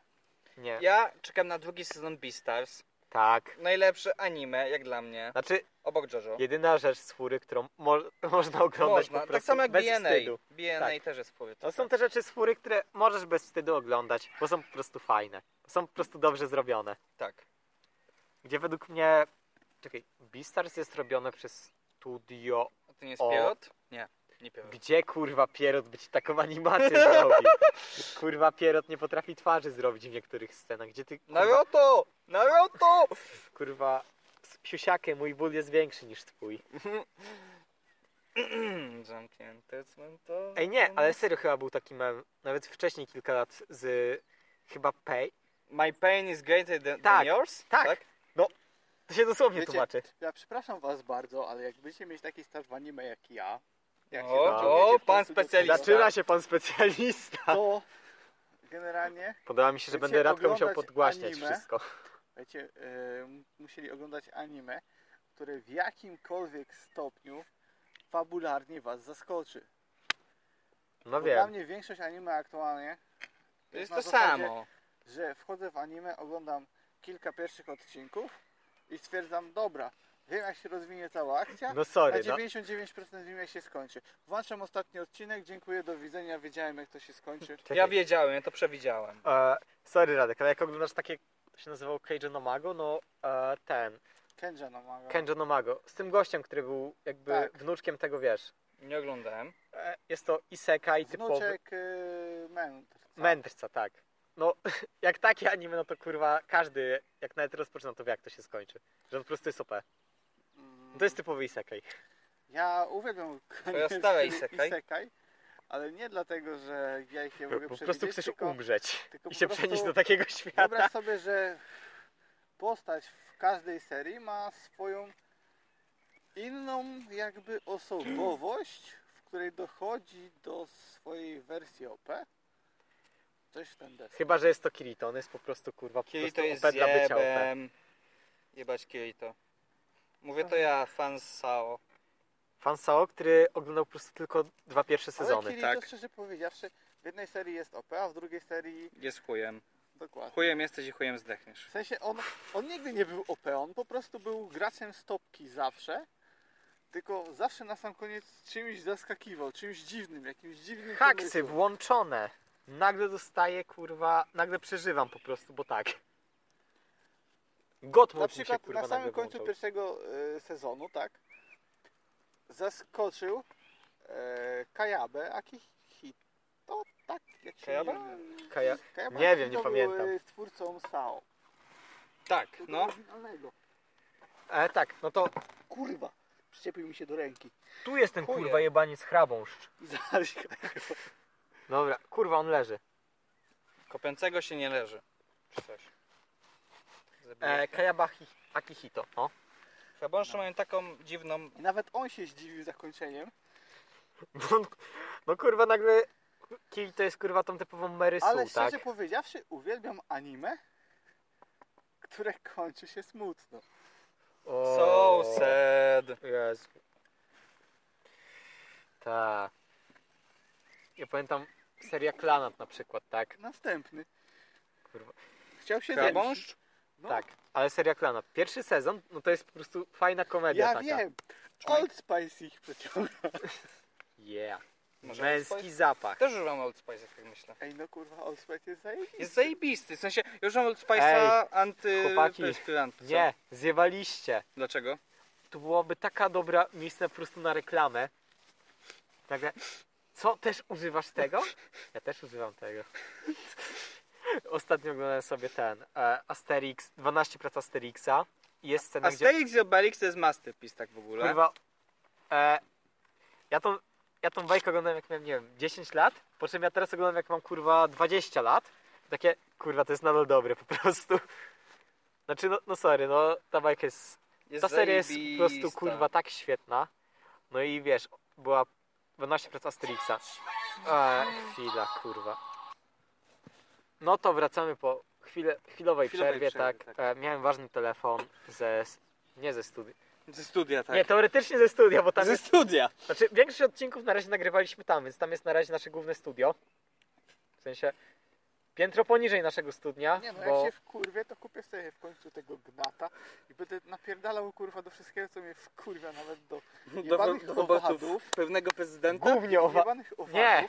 S1: Nie.
S2: Ja czekam na drugi sezon Beastars.
S1: Tak.
S2: Najlepsze anime, jak dla mnie,
S1: Znaczy,
S2: obok JoJo.
S1: jedyna rzecz z fury, którą mo [LAUGHS] można oglądać
S2: Można,
S1: po prostu
S2: tak samo jak
S1: bez
S2: BNA.
S1: wstydu.
S2: BNA
S1: Tak.
S2: też jest powiem.
S1: To są te rzeczy z fury, które możesz bez wstydu oglądać, bo są po prostu fajne. Są po prostu dobrze zrobione.
S2: Tak.
S1: Gdzie według mnie... Czekaj, Beastars jest robione przez studio...
S2: A to nie jest
S1: O.
S2: Pierrot? Nie, nie Pierrot.
S1: Gdzie kurwa Pierrot by ci taką animację zrobił? Kurwa Pierrot nie potrafi twarzy zrobić w niektórych scenach. Gdzie ty
S3: No
S1: kurwa,
S2: Naruto! Naruto! [CLEARS THROAT]
S1: kurwa, z psiusiakiem mój ból jest większy niż twój.
S2: Zamknięte cmentarze.
S1: Ej nie, ale serio chyba był taki mem, nawet wcześniej kilka lat z chyba Pay.
S2: My pain is greater than,
S1: Tak,
S2: than yours?
S1: tak. To się dosłownie
S3: Wiecie,
S1: tłumaczy.
S3: Ja przepraszam was bardzo, ale jak będziecie mieć taki staż w anime jak ja, jak
S2: O,
S3: dociągniecie
S2: o,
S3: w końcu
S2: pan
S3: do tego,
S2: specjalista.
S1: Zaczyna się pan specjalista.
S3: To generalnie
S1: Podoba mi się, że
S3: Wiecie,
S1: będę Radko musiał
S3: oglądać
S1: podgłaśniać
S3: anime?
S1: wszystko.
S3: Wiecie, yy, musieli oglądać anime, które w jakimkolwiek stopniu fabularnie was zaskoczy.
S1: No
S3: Bo dla
S1: wiem.
S3: mnie większość anime aktualnie
S2: To jest
S3: na
S2: to
S3: zasadzie,
S2: samo.
S3: że wchodzę w anime, oglądam kilka pierwszych odcinków i stwierdzam, dobra, wiem jak się rozwinie cała akcja,
S1: No sorry,
S3: na
S1: no.
S3: 99% wiem jak się skończy. Włączam ostatni odcinek, dziękuję, do widzenia, wiedziałem jak to się
S1: [LAUGHS]
S3: skończy.
S2: Ja
S1: Czekaj.
S2: wiedziałem, ja to przewidziałem.
S1: E, sorry Radek, ale jak oglądasz takie, to się nazywało Keijo no Mago, no e, ten,
S3: Kenja no maga.
S1: Kenjo no Mago, z tym gościem, który był jakby
S3: Tak.
S1: wnuczkiem tego, wiesz,
S2: Nie oglądałem.
S1: e, jest to Isekai typowy,
S3: Wnuczek yy, Mentor.
S1: mędrca, tak. no, [LAUGHS] jak takie anime, no to kurwa każdy, jak nawet rozpoczyna, to wie jak to się skończy. Że on po prostu jest OP.
S3: Mm,
S1: No to jest typowy isekai.
S3: Ja uwielbiam koreańskie
S2: stałe isekai.
S3: isekai, ale nie dlatego, że ja ich nie mogę
S1: Po
S3: przewidzieć,
S1: prostu chcesz
S3: tylko
S1: umrzeć
S3: tylko
S1: i
S3: po
S1: się
S3: prostu
S1: przenieść do takiego świata.
S3: Wyobraź sobie, że postać w każdej serii ma swoją inną jakby osobowość, w której dochodzi do swojej wersji OP. Coś w ten deser.
S1: Chyba, że jest to Kirito, on jest po prostu kurwa po prostu OP dla bycia OP.
S2: Jebać Kirito. Mówię to ja, fan Sao.
S1: Fan Sao, który oglądał po prostu tylko dwa pierwsze
S3: Ale
S1: sezony.
S3: Kirito,
S2: tak.
S3: szczerze powiedziawszy, w jednej serii jest OP, a w drugiej serii
S2: Jest chujem.
S3: dokładnie.
S2: Chujem jesteś i chujem zdechniesz.
S3: W sensie on, on nigdy nie był OP, on po prostu był graczem stopki zawsze. Tylko zawsze na sam koniec czymś zaskakiwał, czymś dziwnym, jakimś dziwnym
S1: Haksy
S3: pomysłem.
S1: włączone. Nagle dostaję kurwa, nagle przeżywam po prostu, bo tak. God
S3: Na
S1: mode mi się
S3: przykład
S1: kurwa
S3: na samym
S1: nagle
S3: końcu
S1: włączał.
S3: pierwszego e, sezonu, tak, zaskoczył e, Kajabę Akihito, tak? Jak się
S2: Kajabe?
S3: nie-
S1: Kaja-
S3: Kajabe
S1: Nie wiem, nie
S3: Akihito
S1: pamiętam.
S3: Był, e, twórcą Sao.
S2: Tak,
S3: Tego
S2: no.
S3: Oryginalnego.
S1: E, tak, no to
S3: Kurwa, przyczepił mi się do ręki.
S1: tu jest ten
S2: Chuje.
S1: kurwa jebaniec chrabąszcz.
S3: I [LAUGHS] zarzekł.
S1: Dobra, kurwa on leży.
S2: Kopiącego się nie leży. Czy coś.
S1: E, Kajabachi Akihito, no. o.
S2: Chabąsze mają taką dziwną...
S3: I nawet on się zdziwił zakończeniem,
S1: Bo [LAUGHS] on- No kurwa nagle Kirito jest kurwa tą typową Mary Sue,
S3: ale
S1: tak?
S3: szczerze powiedziawszy uwielbiam anime, które kończy się smutno.
S1: O.
S2: So sad.
S1: Jezu. Tak. Ja pamiętam seria Klanat na przykład, tak?
S3: Następny.
S1: Kurwa.
S3: Chciał się zemścić.
S2: Chabąszcz?
S3: No,
S1: Tak, ale seria Klanat. Pierwszy sezon, no to jest po prostu fajna komedia
S3: Ja
S1: taka.
S3: wiem. Old Spice ich przeciąga.
S1: Yeah.
S2: Może
S1: Męski
S2: Old Spice?
S1: zapach.
S2: Też używam Old Spice, jak myślę.
S3: Ej, no kurwa, Old Spice jest zajebisty.
S2: Jest zajebisty, w sensie ja używam Old Spice'a
S1: chłopaki,
S2: antyperspirant.
S1: Nie, zjewaliście.
S2: Dlaczego?
S1: To byłoby taka dobra miejsce po prostu na reklamę. Także, co, też używasz tego? Ja też używam tego. Ostatnio oglądałem sobie ten e, Asterix, 12 prac Asterixa. I jest scena, gdzie
S2: Asterix i Obelix to jest masterpiece tak w ogóle.
S1: Kurwa. E, ja, tą, ja tą bajkę oglądam jak miałem, nie wiem, 10 lat, po czym ja teraz oglądam jak mam kurwa 20 lat. Takie, kurwa, to jest nadal dobre po prostu. Znaczy, no, no sorry, no ta bajka jest.
S2: Jest
S1: Ta seria jest po prostu
S2: zajebista.
S1: kurwa tak świetna. No i wiesz, była 12 prac Asterixa. E, chwila, kurwa. No to wracamy po chwilę, chwilowej,
S2: Chwilowej
S1: przerwie,
S2: przerwie,
S1: tak.
S2: tak.
S1: E, miałem ważny telefon ze. st- Nie ze studi
S2: Ze studia, tak.
S1: nie, teoretycznie ze studia, bo tam
S2: Ze
S1: jest...
S2: studia.
S1: Znaczy, większość odcinków na razie nagrywaliśmy tam, więc tam jest na razie nasze główne studio. W sensie, piętro poniżej naszego studnia,
S3: Nie no,
S1: bo...
S3: jak się wkurwię, to kupię sobie w końcu tego gnata i będę napierdalał kurwa do wszystkiego, co mnie wkurwia, nawet do jebanych
S2: Do, do owadów
S3: owadów.
S2: pewnego prezydenta.
S1: Głównie owa...
S3: jebanych owadów.
S1: Nie.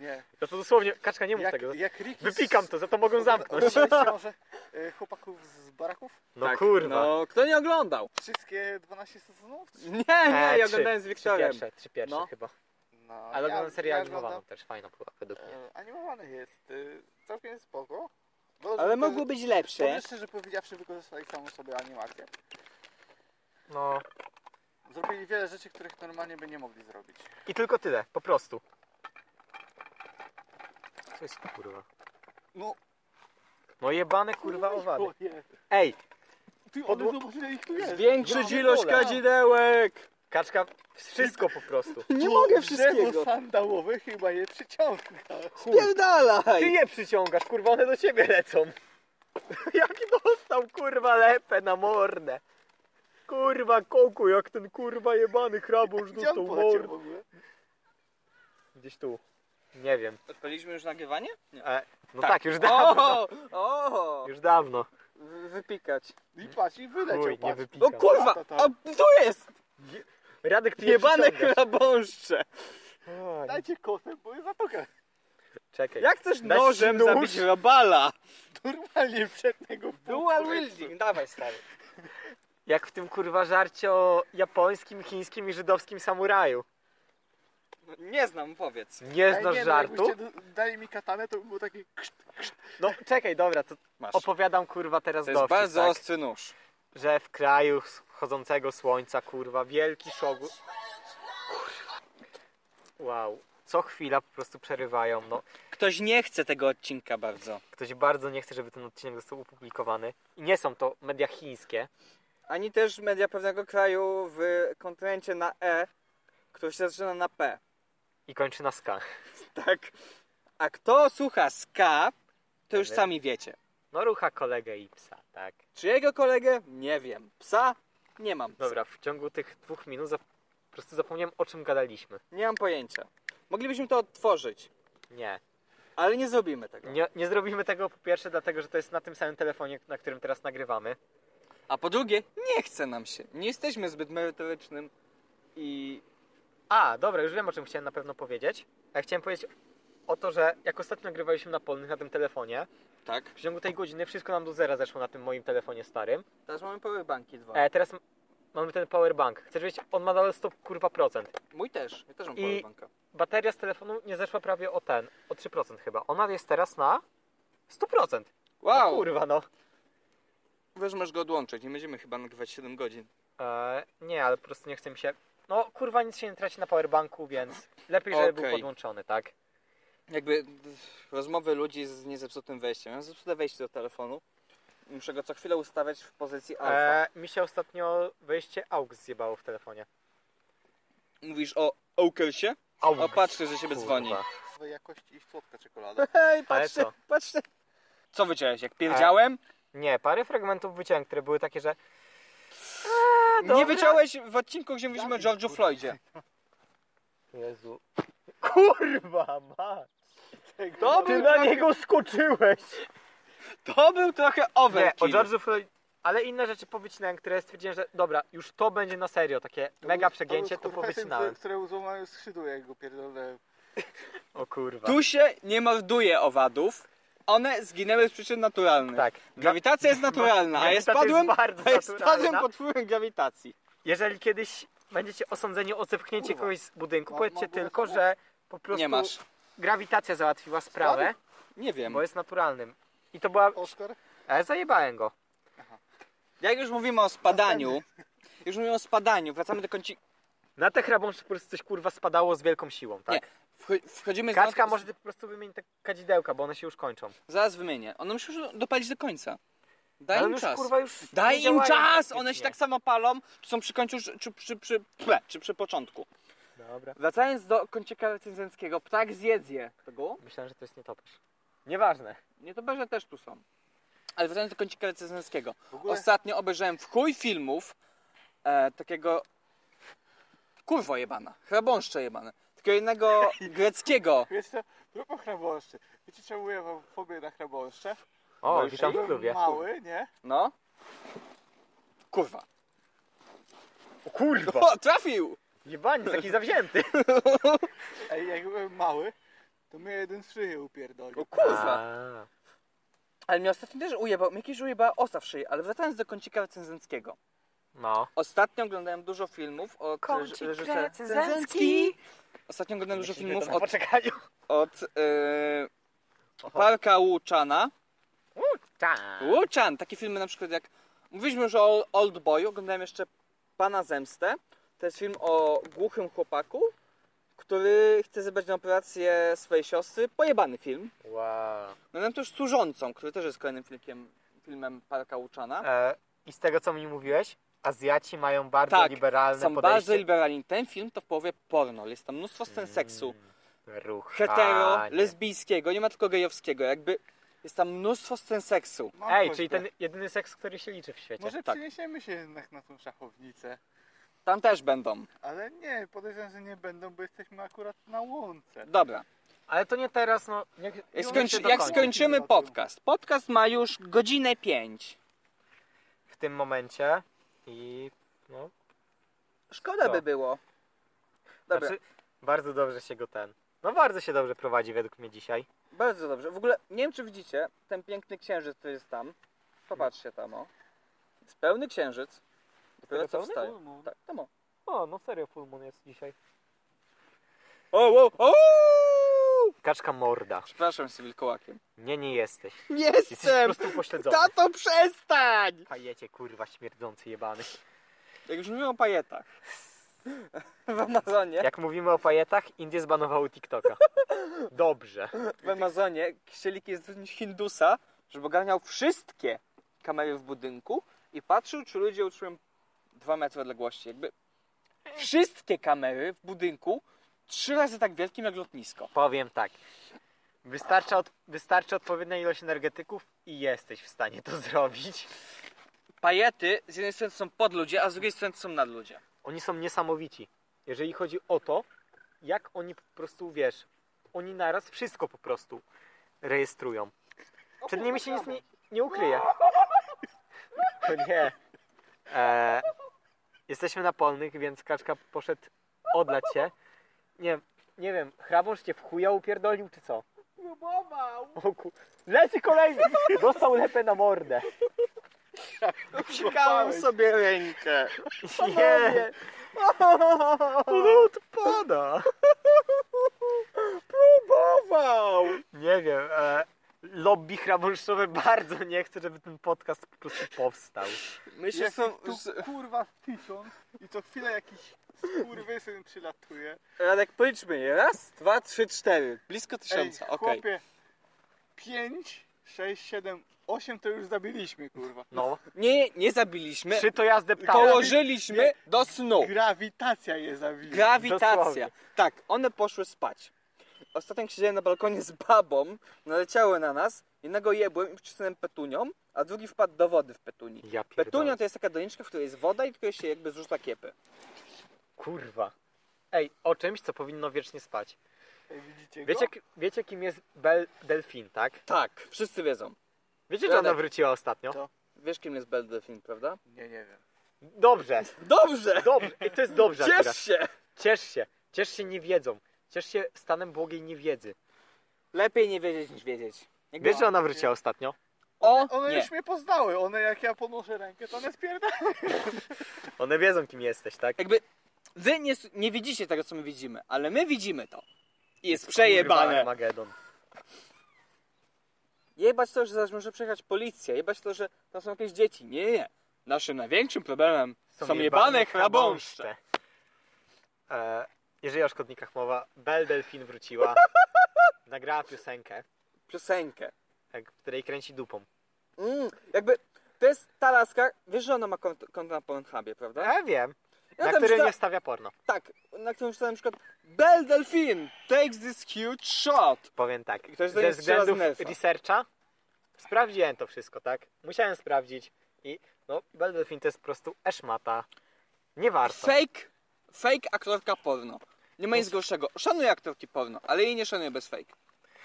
S3: Nie.
S1: No to dosłownie, Kaczka, nie mów
S3: Jak, No,
S1: tego.
S3: jak Rick
S1: Wypikam to, za to
S3: [LAUGHS]
S1: mogą zamknąć.
S3: może e, chłopaków z baraków?
S1: No
S2: Tak,
S1: kurwa.
S2: No, kto nie oglądał?
S3: Wszystkie 12 sezonów?
S2: Nie, nie,
S1: E,
S2: ja
S1: trzy-
S2: oglądałem z Wiktorem.
S1: Trzy pierwsze, trzy pierwsze
S2: No.
S1: chyba.
S3: No,
S1: Ale oglądam serię animowaną
S3: oglądam,
S1: też, fajna była według mnie.
S3: e, Animowane jest, e, całkiem spoko. Dobrze,
S2: Ale
S3: że-
S2: mogło być lepsze.
S3: Powiem szczerze powiedziawszy, wykorzystali samą sobie animację.
S1: No.
S3: Zrobili wiele rzeczy, których normalnie by nie mogli zrobić.
S1: I tylko tyle, po prostu. Co jest kurwa?
S3: No,
S1: No jebane kurwa owady.
S3: je.
S1: Ej,
S3: Ty,
S1: Podło-
S3: one zobacz, ile ich tu jest.
S2: Zwiększyć
S1: Ja
S2: ilość
S1: pierdolę.
S2: kadzidełek.
S1: Kaczka, wszystko po prostu.
S2: Nie
S3: Tu
S2: mogę
S3: Drzewo
S2: wszystkiego.
S3: sandałowe chyba je przyciąga.
S1: Ty
S2: Pierdalaj.
S1: je przyciągasz, kurwa, one do ciebie lecą. [LAUGHS] Jaki dostał, kurwa, lepę na mordę. Kurwa, koku, jak ten kurwa jebany krabusz
S3: Gdzie
S1: dostał
S3: on poleciał
S1: mordę.
S3: w ogóle?
S1: Gdzieś tu. Nie wiem.
S2: Odpaliliśmy już nagrywanie? Nie.
S1: E, no tak,
S2: Tak.
S1: już dawno. no.
S2: O, o,
S1: Już dawno.
S2: Wy- wypikać.
S3: I patrz, i wyleciał,
S1: Chuj, nie
S3: patrz.
S2: O
S1: wypikam.
S2: No kurwa,
S3: Ta, ta, ta.
S2: a tu jest!
S1: Radek, ty je
S2: Jebane
S1: przyciągasz.
S2: chlebąszcze!
S1: Oj,
S3: Dajcie kosę, bo jest zatoka.
S1: Czekaj.
S2: Jak chcesz
S1: Dać ci
S2: nożem
S1: nóż?
S2: zabić robala?
S3: [LAUGHS] Normalnie przednego
S2: Dual wielding, dawaj stary.
S1: Jak w tym, kurwa, żarcie o japońskim, chińskim i żydowskim samuraju.
S2: No, Nie znam, powiedz.
S1: Nie
S3: Ej,
S1: znasz
S3: nie, no,
S1: żartu?
S3: jakbyście d- dali mi katanę, to by było takie...
S1: No czekaj, dobra, to
S2: Masz.
S1: opowiadam kurwa teraz
S2: To jest
S1: dowcip,
S2: bardzo
S1: tak?
S2: ostry nóż.
S1: Że w kraju chodzącego słońca, kurwa, wielki szogun... Kurwa. Wow. Co chwila po prostu przerywają, no.
S2: Ktoś nie chce tego odcinka bardzo.
S1: Ktoś bardzo nie chce, żeby ten odcinek został opublikowany. I nie są to media chińskie.
S2: Ani też media pewnego kraju w kontynencie na E, który się zaczyna na P. [LAUGHS]
S1: I kończy na ska.
S2: Tak. A kto słucha ska, to już
S1: Ale-
S2: sami wiecie.
S1: No rucha kolegę i psa, tak.
S2: Czy jego kolegę? Nie wiem. Psa? Nie mam. Psa.
S1: Dobra, w ciągu tych dwóch minut zap- po prostu zapomniałem o czym gadaliśmy.
S2: Nie mam pojęcia. Moglibyśmy to odtworzyć,
S1: Nie.
S2: ale nie zrobimy tego.
S1: nie. Nie zrobimy tego po pierwsze dlatego, że to jest na tym samym telefonie, na którym teraz nagrywamy.
S2: A po drugie, nie chce nam się. Nie jesteśmy zbyt merytorycznym i
S1: A, dobra, już wiem o czym chciałem na pewno powiedzieć. Ja chciałem powiedzieć o to, że jak ostatnio nagrywaliśmy na polnych na tym telefonie,
S2: tak.
S1: w ciągu tej godziny wszystko nam do zera zeszło na tym moim telefonie starym.
S2: Teraz mamy powerbanki dwa.
S1: E, teraz m- mamy ten powerbank. Chcesz wiedzieć, on ma nadal 100 kurwa procent.
S2: Mój też, ja też mam
S1: I-
S2: powerbanka.
S1: Bateria z telefonu nie zeszła prawie o ten, o 3% chyba. Ona jest teraz na 100%. No,
S2: Wow!
S1: kurwa no.
S2: Wiesz, możesz go odłączyć, nie będziemy chyba nagrywać 7 godzin.
S1: E, nie, ale po prostu nie chcę mi się. No kurwa, nic się nie traci na powerbanku, więc lepiej, żeby był
S2: Okej.
S1: podłączony, tak?
S2: Jakby pff, rozmowy ludzi z niezepsutym wejściem. Ja mam zepsute wejście do telefonu. Muszę go co chwilę ustawiać w pozycji alfa.
S1: E, mi się ostatnio wejście AUX zjebało w telefonie.
S2: Mówisz o Oakelsie?
S1: AUX.
S2: O, patrzcie, że siebie dzwoni.
S1: Kurwa.
S3: Nowej jakości i
S1: [LAUGHS]
S3: słodka czekolada.
S2: Hej,
S1: patrzcie, co? E.
S2: patrzcie. Co wyciąłeś? Jak pierdziałem?
S1: Nie, parę fragmentów wyciąłem, które były takie, że. A,
S2: nie
S1: dobra.
S2: wyciąłeś w odcinku, gdzie mówiliśmy o George'u Floydzie.
S1: Jezu. Kurwa, ma!
S2: To
S1: Ty
S2: był,
S1: na
S2: trochę,
S1: niego skoczyłeś!
S2: [LAUGHS] to był trochę
S1: Nie, o
S2: overkill.
S1: George'u Floyd. Ale inne rzeczy powycinałem, które stwierdziłem, że dobra, już to będzie na serio, takie mega przegięcie, to
S3: był, kurwa, ten,
S1: powycinałem.
S3: który- Które złamałem skrzydło, jak go pierdolę.
S1: O kurwa.
S2: Tu się nie morduje owadów. One zginęły z przyczyn naturalnych.
S1: Tak.
S2: Grawitacja jest naturalna, a
S1: Grawitacja
S2: ja
S1: jest
S2: spadłem,
S1: bardzo
S2: a ja spadłem
S1: naturalna.
S2: pod wpływem grawitacji.
S1: Jeżeli kiedyś będziecie osądzeni o zepchnięcie
S3: Kurwa.
S1: kogoś z budynku,
S3: Mam-
S1: powiedzcie
S3: mam górę
S1: tylko,
S3: samochód.
S1: że po prostu
S2: Nie masz.
S1: grawitacja załatwiła sprawę,
S2: Nie wiem.
S1: bo jest naturalnym. I to była...
S3: Oskar?
S1: E, zajebałem go.
S2: Jak już mówimy o spadaniu, [LAUGHS] już mówimy o spadaniu, wracamy do końca.
S1: Na te chrabąszcze po prostu coś kurwa spadało z wielką siłą, tak?
S2: Wchodzimy z
S1: Kaczka,
S2: wątku-
S1: może ty po prostu wymień te kadzidełka, bo one się już kończą.
S2: Zaraz wymienię. One muszą już dopalić do końca. Daj
S1: Ale
S2: im
S1: już,
S2: czas.
S1: kurwa, już
S2: Daj
S1: nie
S2: im
S1: działają
S2: czas!
S1: praktycznie.
S2: One się tak samo palą, czy są przy końcu, czy, czy, przy- przy, ple, czy przy początku. tak-
S1: Dobra.
S2: Wracając do kącika recenzenckiego, ptak zjedz je. Tego?
S1: Myślałem, że to jest nietoperz. Nieważne.
S2: Nie, to beże też tu są. Ale wracając do kącika recenzenckiego.
S3: W ogóle
S2: Ostatnio obejrzałem w chuj filmów e, takiego kurwo jebana, chrabąszcze jebane. Takiego
S1: [LAUGHS]
S2: jednego greckiego
S3: Wiesz co, propos chrabąszczy. Wiecie czemu ja mam fobię na chrabąszcze?
S1: O,
S2: No już
S1: witam
S3: Jak
S1: w
S3: byłem
S1: klubie.
S3: mały, nie?
S2: No? Kurwa.
S1: O, kurwa!
S2: O, trafił!
S1: Jebanie, taki zawzięty.
S3: Ej, jak byłem mały, to mnie jeden z szyję upierdolił.
S2: O [LAUGHS] kurwa!
S1: A,
S2: Ale mnie ostatnio też ujebał, mnie kiedyś ujebała osa w szyi, ale wracając do kącika recenzenckiego.
S1: No.
S2: Ostatnio oglądałem dużo filmów od
S1: Kącik
S2: reż- reżysera-
S1: recenzencki.
S2: Recenzencki! Ostatnio oglądałem dużo
S1: Myślimy
S2: filmów
S1: to na
S2: od,
S1: poczekaniu.
S2: od yy, Parka Łuczana.
S1: Tak.
S2: Łuczan! Takie filmy na przykład jak... Mówiliśmy już o Old Boyu, oglądałem jeszcze Pana Zemstę. To jest film o głuchym chłopaku, który chce zebrać na operację swojej siostry. Pojebany film.
S1: Wow.
S2: No nam też służącą, który też jest kolejnym filmem, filmem Parka Łuczana.
S1: E, I z tego, co mi mówiłeś, Azjaci mają bardzo
S2: Tak,
S1: liberalne
S2: Są
S1: podejście.
S2: bardzo liberalni. Ten film to w połowie porno. Jest tam mnóstwo scen seksu.
S1: Mm, Ruch.
S2: Hetero, lesbijskiego, nie ma tylko gejowskiego. Jakby jest tam mnóstwo scen seksu.
S3: Mam
S1: Ej,
S3: prośbę.
S1: czyli ten jedyny seks, który się liczy w świecie.
S3: No, Może
S2: tak.
S3: przeniesiemy się jednak na tą szachownicę.
S2: Tam też będą.
S3: Ale nie, podejrzewam, że nie będą, bo jesteśmy akurat na łące.
S2: Dobra.
S1: Ale to nie teraz, no. Jak,
S2: Jak,
S1: już
S2: skończy,
S1: się do
S2: jak
S1: końca.
S2: skończymy podcast. Podcast ma już godzinę 5.
S1: W tym momencie i. No.
S2: Szkoda
S1: Co?
S2: by było. Dobra,
S1: Znaczy, bardzo dobrze się go ten. No bardzo się dobrze prowadzi według mnie dzisiaj.
S2: bardzo dobrze. W ogóle nie wiem, czy widzicie ten piękny księżyc, który jest tam. Popatrzcie tam, o. Jest pełny księżyc. Dopiero co
S1: pełny?
S2: wstaje.
S3: Full moon.
S2: Tak, tam o.
S1: O, no serio, full moon jest dzisiaj.
S2: O, o, o!
S1: Kaczka morda.
S2: Przepraszam, jestem wilkołakiem.
S1: Nie, nie jesteś.
S2: Nie
S1: Jesteś po prostu pośledzony.
S2: Tato, przestań!
S1: Kajecie, kurwa, śmierdzący jebany.
S2: Jak już mówiłem o pajetach. [LAUGHS] W Amazonie,
S1: Jak mówimy o pajetach, Indie zbanowały
S2: [LAUGHS]
S1: TikToka. Dobrze.
S2: w Amazonie chcieli kiedyś zatrudnić Hindusa, żeby ogarniał wszystkie kamery w budynku i patrzył, czy ludzie utrzymują 2 metry odległości. Jakby wszystkie kamery w budynku trzy razy tak wielkim jak lotnisko.
S1: Powiem tak. Wystarczy, od, wystarczy odpowiednia ilość energetyków i jesteś w stanie to [LAUGHS] zrobić.
S2: Pajety z jednej strony to są podludzie, a z drugiej strony to są nadludzie.
S1: Oni są niesamowici. Jeżeli chodzi o to, jak oni po prostu, wiesz, oni naraz wszystko po prostu rejestrują. Przed nimi się nic nie, nie ukryje. [LAUGHS] To nie. E, jesteśmy na polnych, więc kaczka poszedł odlać się. Nie, nie wiem, chrabąż cię w chuja upierdolił, czy co?
S3: Próbował!
S1: O ku... Leci kolejny! Dostał lepę na mordę.
S3: Sikałem
S2: sobie rękę.
S1: Nie! Ona odpada!
S2: Wow!
S1: Nie wiem, e, lobby chrabąszczowe bardzo nie chce, żeby ten podcast po prostu powstał.
S2: My się
S3: Jak
S2: są...
S3: tu kurwa tysiąc i co chwilę jakiś skurwysyn przylatuje.
S2: Radek, policzmy je. Raz, dwa, trzy, cztery. Blisko tysiąca,
S3: Ej,
S2: okej.
S3: chłopie, 5, 6, 7, 8 to już zabiliśmy, kurwa.
S1: No,
S2: Nie, nie zabiliśmy.
S1: trzy to ja zdeptałem.
S2: Położyliśmy
S3: Nie.
S2: do
S1: No.
S2: snu.
S3: Grawitacja je zabiła.
S2: Grawitacja.
S1: Dosłownie.
S2: Tak, one poszły spać. Ostatnio jak siedziałem na balkonie z babą, naleciały na nas. Jednego jebłem i przycisnąłem petunią, a drugi wpadł do wody w petuni.
S1: Ja
S2: Petunia
S1: pierdolę.
S2: to jest taka doniczka, w której jest woda i tylko się jakby zrzuca kiepy.
S1: Kurwa. Ej, o czymś, co powinno wiecznie spać.
S3: Ej, Widzicie go?
S1: Wiecie, k- wiecie kim jest Bel Delfin, tak?
S2: Tak, wszyscy wiedzą.
S1: Wiecie, że ona
S2: Radek.
S1: wróciła ostatnio?
S3: Co?
S2: Wiesz kim jest Belle Delphine, prawda?
S3: Nie, nie wiem.
S1: Dobrze,
S2: Dobrze!
S1: dobrze. I to jest dobrze
S2: Ciesz
S1: akurat.
S2: się!
S1: Ciesz się. Ciesz się niewiedzą. Ciesz się stanem błogiej niewiedzy.
S2: Lepiej nie wiedzieć niż wiedzieć. Jak
S1: Wiesz, że ona wróciła ostatnio?
S2: O,
S3: One
S2: nie.
S3: już mnie poznały, one jak ja podnoszę rękę, to one spierdają.
S1: One wiedzą, kim jesteś, tak?
S2: Jakby wy nie, s- nie widzicie tego, co my widzimy, ale my widzimy to. I jest przejebane.
S1: Kurwa, Magedon.
S2: Jebać to, że zaraz może przyjechać policja, jebać to, że tam są jakieś dzieci. Nie, nie, nie. Naszym największym problemem są, jebane chrabąszcze.
S1: E, jeżeli o szkodnikach mowa, Bel Delfin
S2: [LAUGHS]
S1: wróciła. Nagrała piosenkę,
S2: Piosenkę.
S1: e, której kręci dupą.
S2: Mm, jakby to jest ta laska, wiesz, że ona ma konto, konto na Pornhubie, prawda?
S1: Ja wiem.
S2: Ja
S1: Tak? na
S2: tam
S1: którym
S2: czyta-
S1: nie wstawia porno.
S2: Tak, na którym czytałem na przykład Belle Delphine takes this huge shot.
S1: Powiem tak.
S2: I ktoś do
S1: Ze
S2: niej strzela z E
S1: względów
S2: nerfa.
S1: researcha sprawdziłem to wszystko, tak? Musiałem sprawdzić i no, Bel Delfin to jest po prostu eszmata. Nie warto.
S2: Fake, fake aktorka porno. Nie ma nic gorszego. Szanuję aktorki porno, ale jej nie szanuję bez fake.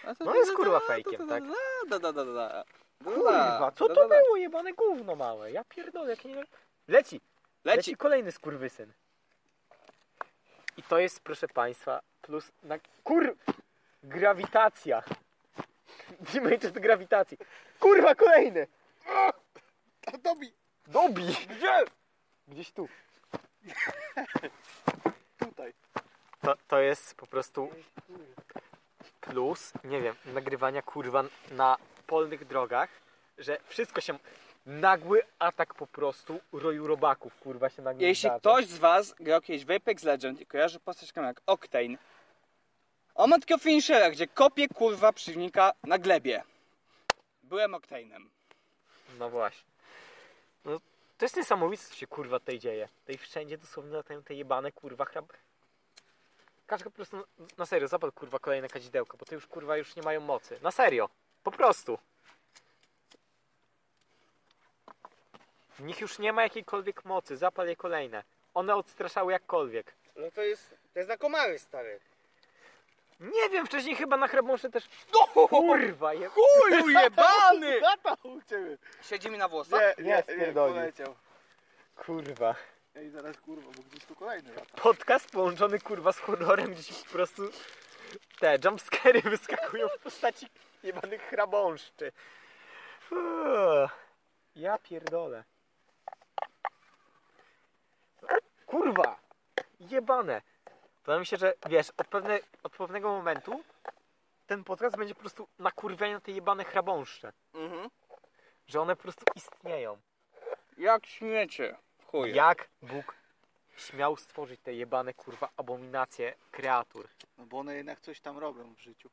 S2: A to
S1: No
S2: da,
S1: jest
S2: da,
S1: kurwa
S2: da,
S1: fejkiem,
S2: da,
S1: tak?
S2: da, da, da, da, da.
S1: Kurwa, co
S2: Da,
S1: to
S2: da, da.
S1: było jebane gówno małe? Ja pierdolę, jak nie... Leci!
S2: Leci.
S1: kolejny skurwysyn. I to jest, proszę Państwa, plus na kur... Grawitacja. [LAUGHS] Dimage od grawitacji. Kurwa, kolejny!
S3: A dobi!
S1: Dobi! Gdzie? Gdzieś tu.
S3: Tutaj.
S1: To, to jest po prostu plus, nie wiem, nagrywania kurwa na polnych drogach, że wszystko się... Nagły atak po prostu roju robaków, kurwa, się nagle
S2: Jeśli
S1: zdarza.
S2: ktoś z was grał kiedyś w Apex Legend i kojarzy postać taką jak Octane, on ma tylko finishera, gdzie kopie kurwa przeciwnika na glebie. Byłem Octane'em.
S1: No właśnie. No, to jest niesamowite, co się kurwa tutaj dzieje. Tutaj wszędzie dosłownie latają te jebane kurwa chrab... Każdy po prostu, no, na serio, zapadł kurwa kolejne kadzidełko, bo to już kurwa już nie mają mocy. Na serio. Po prostu. W nich już nie ma jakiejkolwiek mocy, zapal je kolejne. One odstraszały jakkolwiek.
S2: No to jest, to jest na komary stary.
S1: Nie wiem, wcześniej chyba na chrabąsze też...
S2: No,
S1: Kurwa, je...
S2: chuju jebany!
S3: Lata u ciebie!
S2: Siedzi mi na włosach?
S3: Nie,
S1: Nie,
S3: nie, nie,
S1: spierdolił.
S3: poleciał.
S1: Kurwa.
S3: Ej, zaraz kurwa, bo gdzieś tu kolejny lata.
S1: podcast połączony kurwa z horrorem, gdzie ci po prostu te jumpscary [LAUGHS] wyskakują w postaci jebanych hrabąszczy. Uuu, Ja pierdolę. Kurwa! Jebane! Wydaje mi się, że wiesz, od, pewne, od pewnego momentu ten podcast będzie po prostu nakurwianie na te jebane chrabąszcze.
S2: Mhm.
S1: Że one po prostu istnieją.
S2: Jak śmiecie. Chuj.
S1: Jak Bóg śmiał stworzyć te jebane kurwa abominacje kreatur?
S3: No bo one jednak coś tam robią w życiu.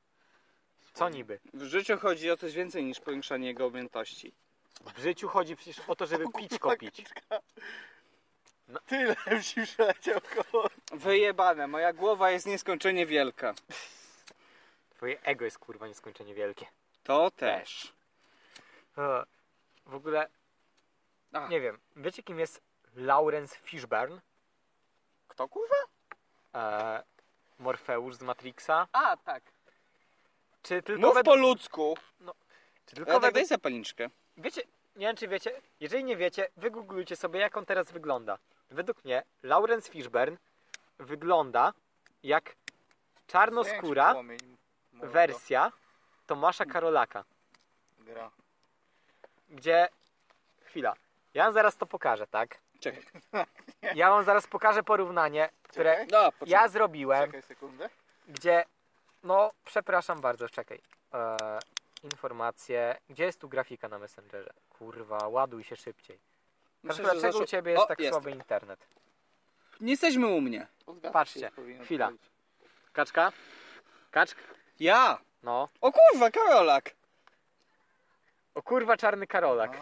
S1: Co niby?
S2: W życiu chodzi o coś więcej niż powiększanie jego objętości.
S1: W życiu chodzi przecież o to, żeby
S2: [LAUGHS]
S1: pićko pić.
S3: Tyle już mi przeleciał koło.
S2: Wyjebane, moja głowa jest nieskończenie wielka.
S1: Twoje ego jest kurwa nieskończenie wielkie.
S2: To też.
S1: E, W ogóle,
S2: A.
S1: nie wiem, wiecie kim jest Lawrence Fishburne?
S2: Kto kurwa?
S1: E, Morfeusz z Matrixa?
S2: A, tak.
S1: Czy tylko,
S2: Mów
S1: wed-
S2: po ludzku. tak
S1: czy tylko
S2: Radek,
S1: według
S2: daj zapalniczkę.
S1: Wiecie, nie wiem czy wiecie, jeżeli nie wiecie, wygooglujcie sobie jak on teraz wygląda. Według mnie Lawrence Fishburne wygląda jak No czarnoskóra
S3: Płomień, mordo,
S1: wersja Tomasza Karolaka,
S3: Gra.
S1: gdzie... Chwila, ja wam zaraz to pokażę, tak?
S2: Czekaj.
S1: [LAUGHS] Ja wam zaraz pokażę porównanie, które
S3: Czekaj,
S2: No,
S1: ja zrobiłem,
S3: czekaj sekundę.
S1: gdzie... No, przepraszam bardzo, czekaj. Eee, informacje... Gdzie jest tu grafika na Messengerze? Kurwa, ładuj się szybciej. Myślę,
S2: że
S1: dlaczego
S2: zaszło-
S1: u Ciebie jest
S2: O,
S1: tak słaby internet?
S2: Nie jesteśmy u mnie.
S3: Odgadnij,
S1: Patrzcie,
S3: jak powinien
S1: chwila.
S3: odpowiedzieć.
S1: Kaczka? Kaczka?
S2: Ja.
S1: No.
S2: O kurwa, Karolak.
S1: O kurwa, czarny Karolak.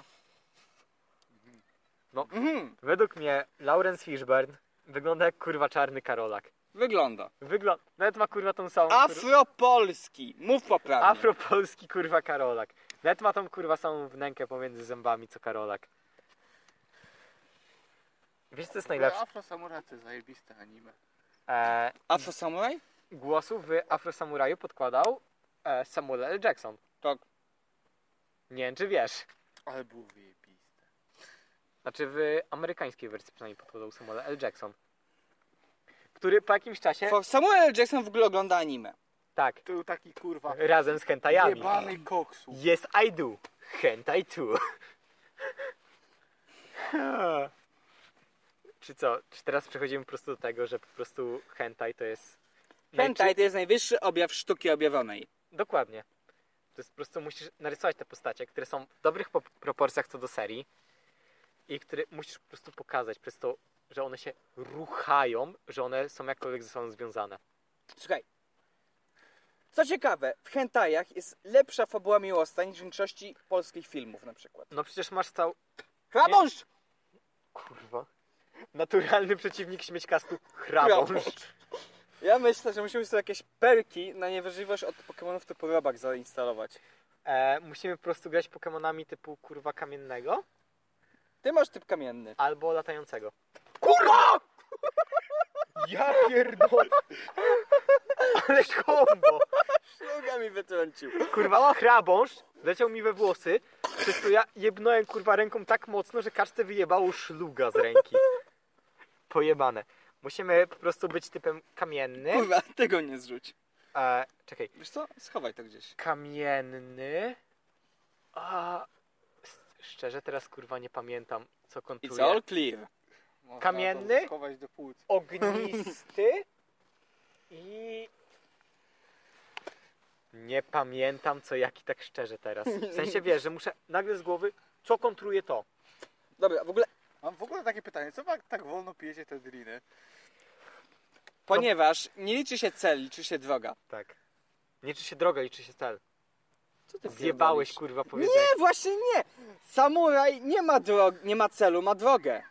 S3: No.
S2: Mhm.
S1: Według mnie Lawrence Fishburne wygląda jak kurwa czarny Karolak.
S2: Wygląda.
S1: Wygląda... Nawet ma kurwa tą samą... kur-
S2: Afropolski. Mów poprawnie.
S1: Afropolski kurwa Karolak. Nawet ma tą kurwa samą wnękę pomiędzy zębami co Karolak. Wiesz co jest najlepsze?
S3: Afro Samuraty, zajebiste anime. No.
S1: E,
S2: Afro Samurai?
S1: głosu w Afro Samuraju podkładał e, Samuel L. Jackson.
S2: Tak.
S1: Nie wiem czy wiesz.
S3: Ale było wyjebiste.
S1: Znaczy w amerykańskiej wersji przynajmniej podkładał Samuel L. Jackson. Który po jakimś czasie...
S2: Fo- Samuel L. Jackson w ogóle ogląda anime.
S1: Tak.
S3: To był taki kurwa
S1: Razem z hentajami.
S3: jebany koksu.
S1: Yes, I do. Hentai too. [LAUGHS] Czy co? Czy teraz przechodzimy po prostu do tego, że po prostu hentai to jest...
S2: Hentai to jest najwyższy objaw sztuki objawionej.
S1: Dokładnie. To jest po prostu musisz narysować te postacie, które są w dobrych po- proporcjach co do serii i które musisz po prostu pokazać przez to, że one się ruchają, że one są jakkolwiek ze sobą związane.
S2: Słuchaj. Co ciekawe, w hentajach jest lepsza fabuła miłosna niż w większości polskich filmów na przykład.
S1: No przecież masz cał...
S2: Chrabąż!
S1: Kurwa. Naturalny przeciwnik śmiećkastu hrabąż.
S2: Ja myślę, że musimy sobie jakieś perki na niewyżywność od Pokemonów typu robak zainstalować.
S1: E, musimy po prostu grać Pokemonami typu kurwa kamiennego
S2: Ty masz typ kamienny.
S1: albo latającego.
S2: Kurwa!
S1: Ja pierdolę! Ale kombo!
S2: Szluga mi wytrącił.
S1: Kurwa, chrabąż leciał mi we włosy, przez co ja jebnąłem kurwa ręką tak mocno, że każde wyjebało szluga z ręki. Pojebane. Musimy po prostu być typem kamienny.
S2: Kurwa, tego nie zrzuć.
S1: E, czekaj.
S2: Wiesz co? Schowaj to gdzieś.
S1: Kamienny. A, s- szczerze teraz kurwa nie pamiętam co
S2: It's
S1: kontuje.
S2: all clear.
S3: Można
S1: Kamienny?
S3: to Schować do płuc.
S1: ognisty i nie pamiętam co jaki tak szczerze teraz. W sensie wiesz, że muszę nagle z głowy co kontruje to.
S2: Dobra, w ogóle,
S3: Mam w ogóle takie pytanie, co tak, tak wolno pijecie te driny?
S2: ponieważ nie liczy się cel, liczy się droga.
S1: Tak. Nie liczy się droga, liczy się cel.
S2: Co ty
S1: Zjebałeś
S2: pierdolisz?
S1: kurwa powiedzenie.
S2: Nie, No właśnie nie! Samuraj nie ma, drog- nie ma celu, ma drogę.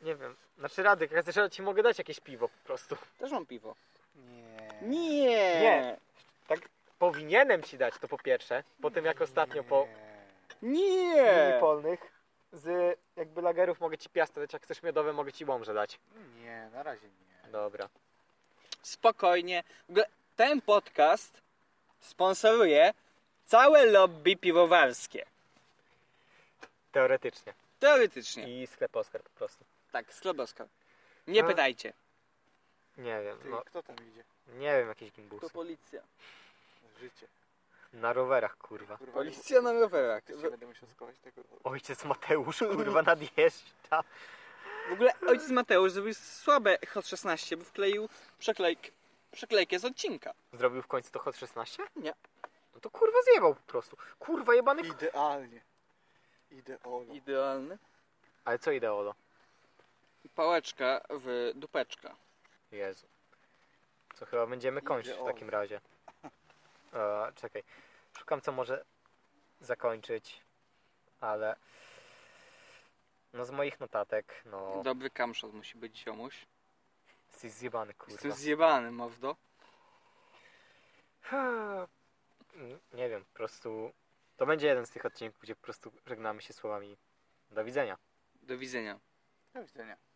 S1: Nie wiem. Znaczy Radek, jak chcesz, ja ci mogę dać jakieś piwo po prostu.
S2: Też mam piwo.
S3: Nie.
S2: Nie!
S1: Nie. Powinienem ci dać to po pierwsze, po tym jak ostatnio po
S2: Nie!
S1: polnych z jakby lagerów mogę ci piasta dać, jak chcesz miodowe mogę ci łomże dać.
S3: Nie, na razie nie.
S1: Dobra.
S2: Spokojnie. W ogóle ten podcast sponsoruje całe lobby piwowarskie.
S1: Teoretycznie.
S2: Teoretycznie.
S1: I sklep Oskar po prostu.
S2: Tak, skleposka. Nie
S1: A.
S2: pytajcie.
S1: Nie wiem,
S3: Ty,
S1: no
S3: kto tam idzie?
S1: nie wiem, jakieś gimbusy.
S2: policja.
S3: Życie.
S1: Na rowerach, kurwa.
S3: Kurwa,
S2: Policja na rowerach.
S3: Ty się będę musiał schować tego.
S1: Ojciec Mateusz, kurwa, nadjeżdża.
S2: W ogóle ojciec Mateusz zrobił słabe Hot 16, bo wkleił przeklejk, przeklejkę z odcinka.
S1: Zrobił w końcu to Hot 16?
S2: Nie.
S1: No to kurwa zjebał po prostu. Kurwa jebany... K-
S3: Idealnie. Ideolo.
S2: Idealny.
S1: Ale co ideolo?
S2: Pałeczka w dupeczka.
S1: Jezu. Co chyba będziemy kończyć w
S3: Ideolo.
S1: takim razie. E, czekaj. Szukam co może zakończyć. Ale... No z moich notatek, no...
S2: Dobry kamszot musi być ziomuś.
S1: Jesteś zjebany kurwa.
S2: Jestem zjebany, mordo.
S1: Mm, Nie wiem, po prostu... To będzie jeden z tych odcinków, gdzie po prostu żegnamy się słowami do widzenia.
S2: Do widzenia.
S3: Do widzenia.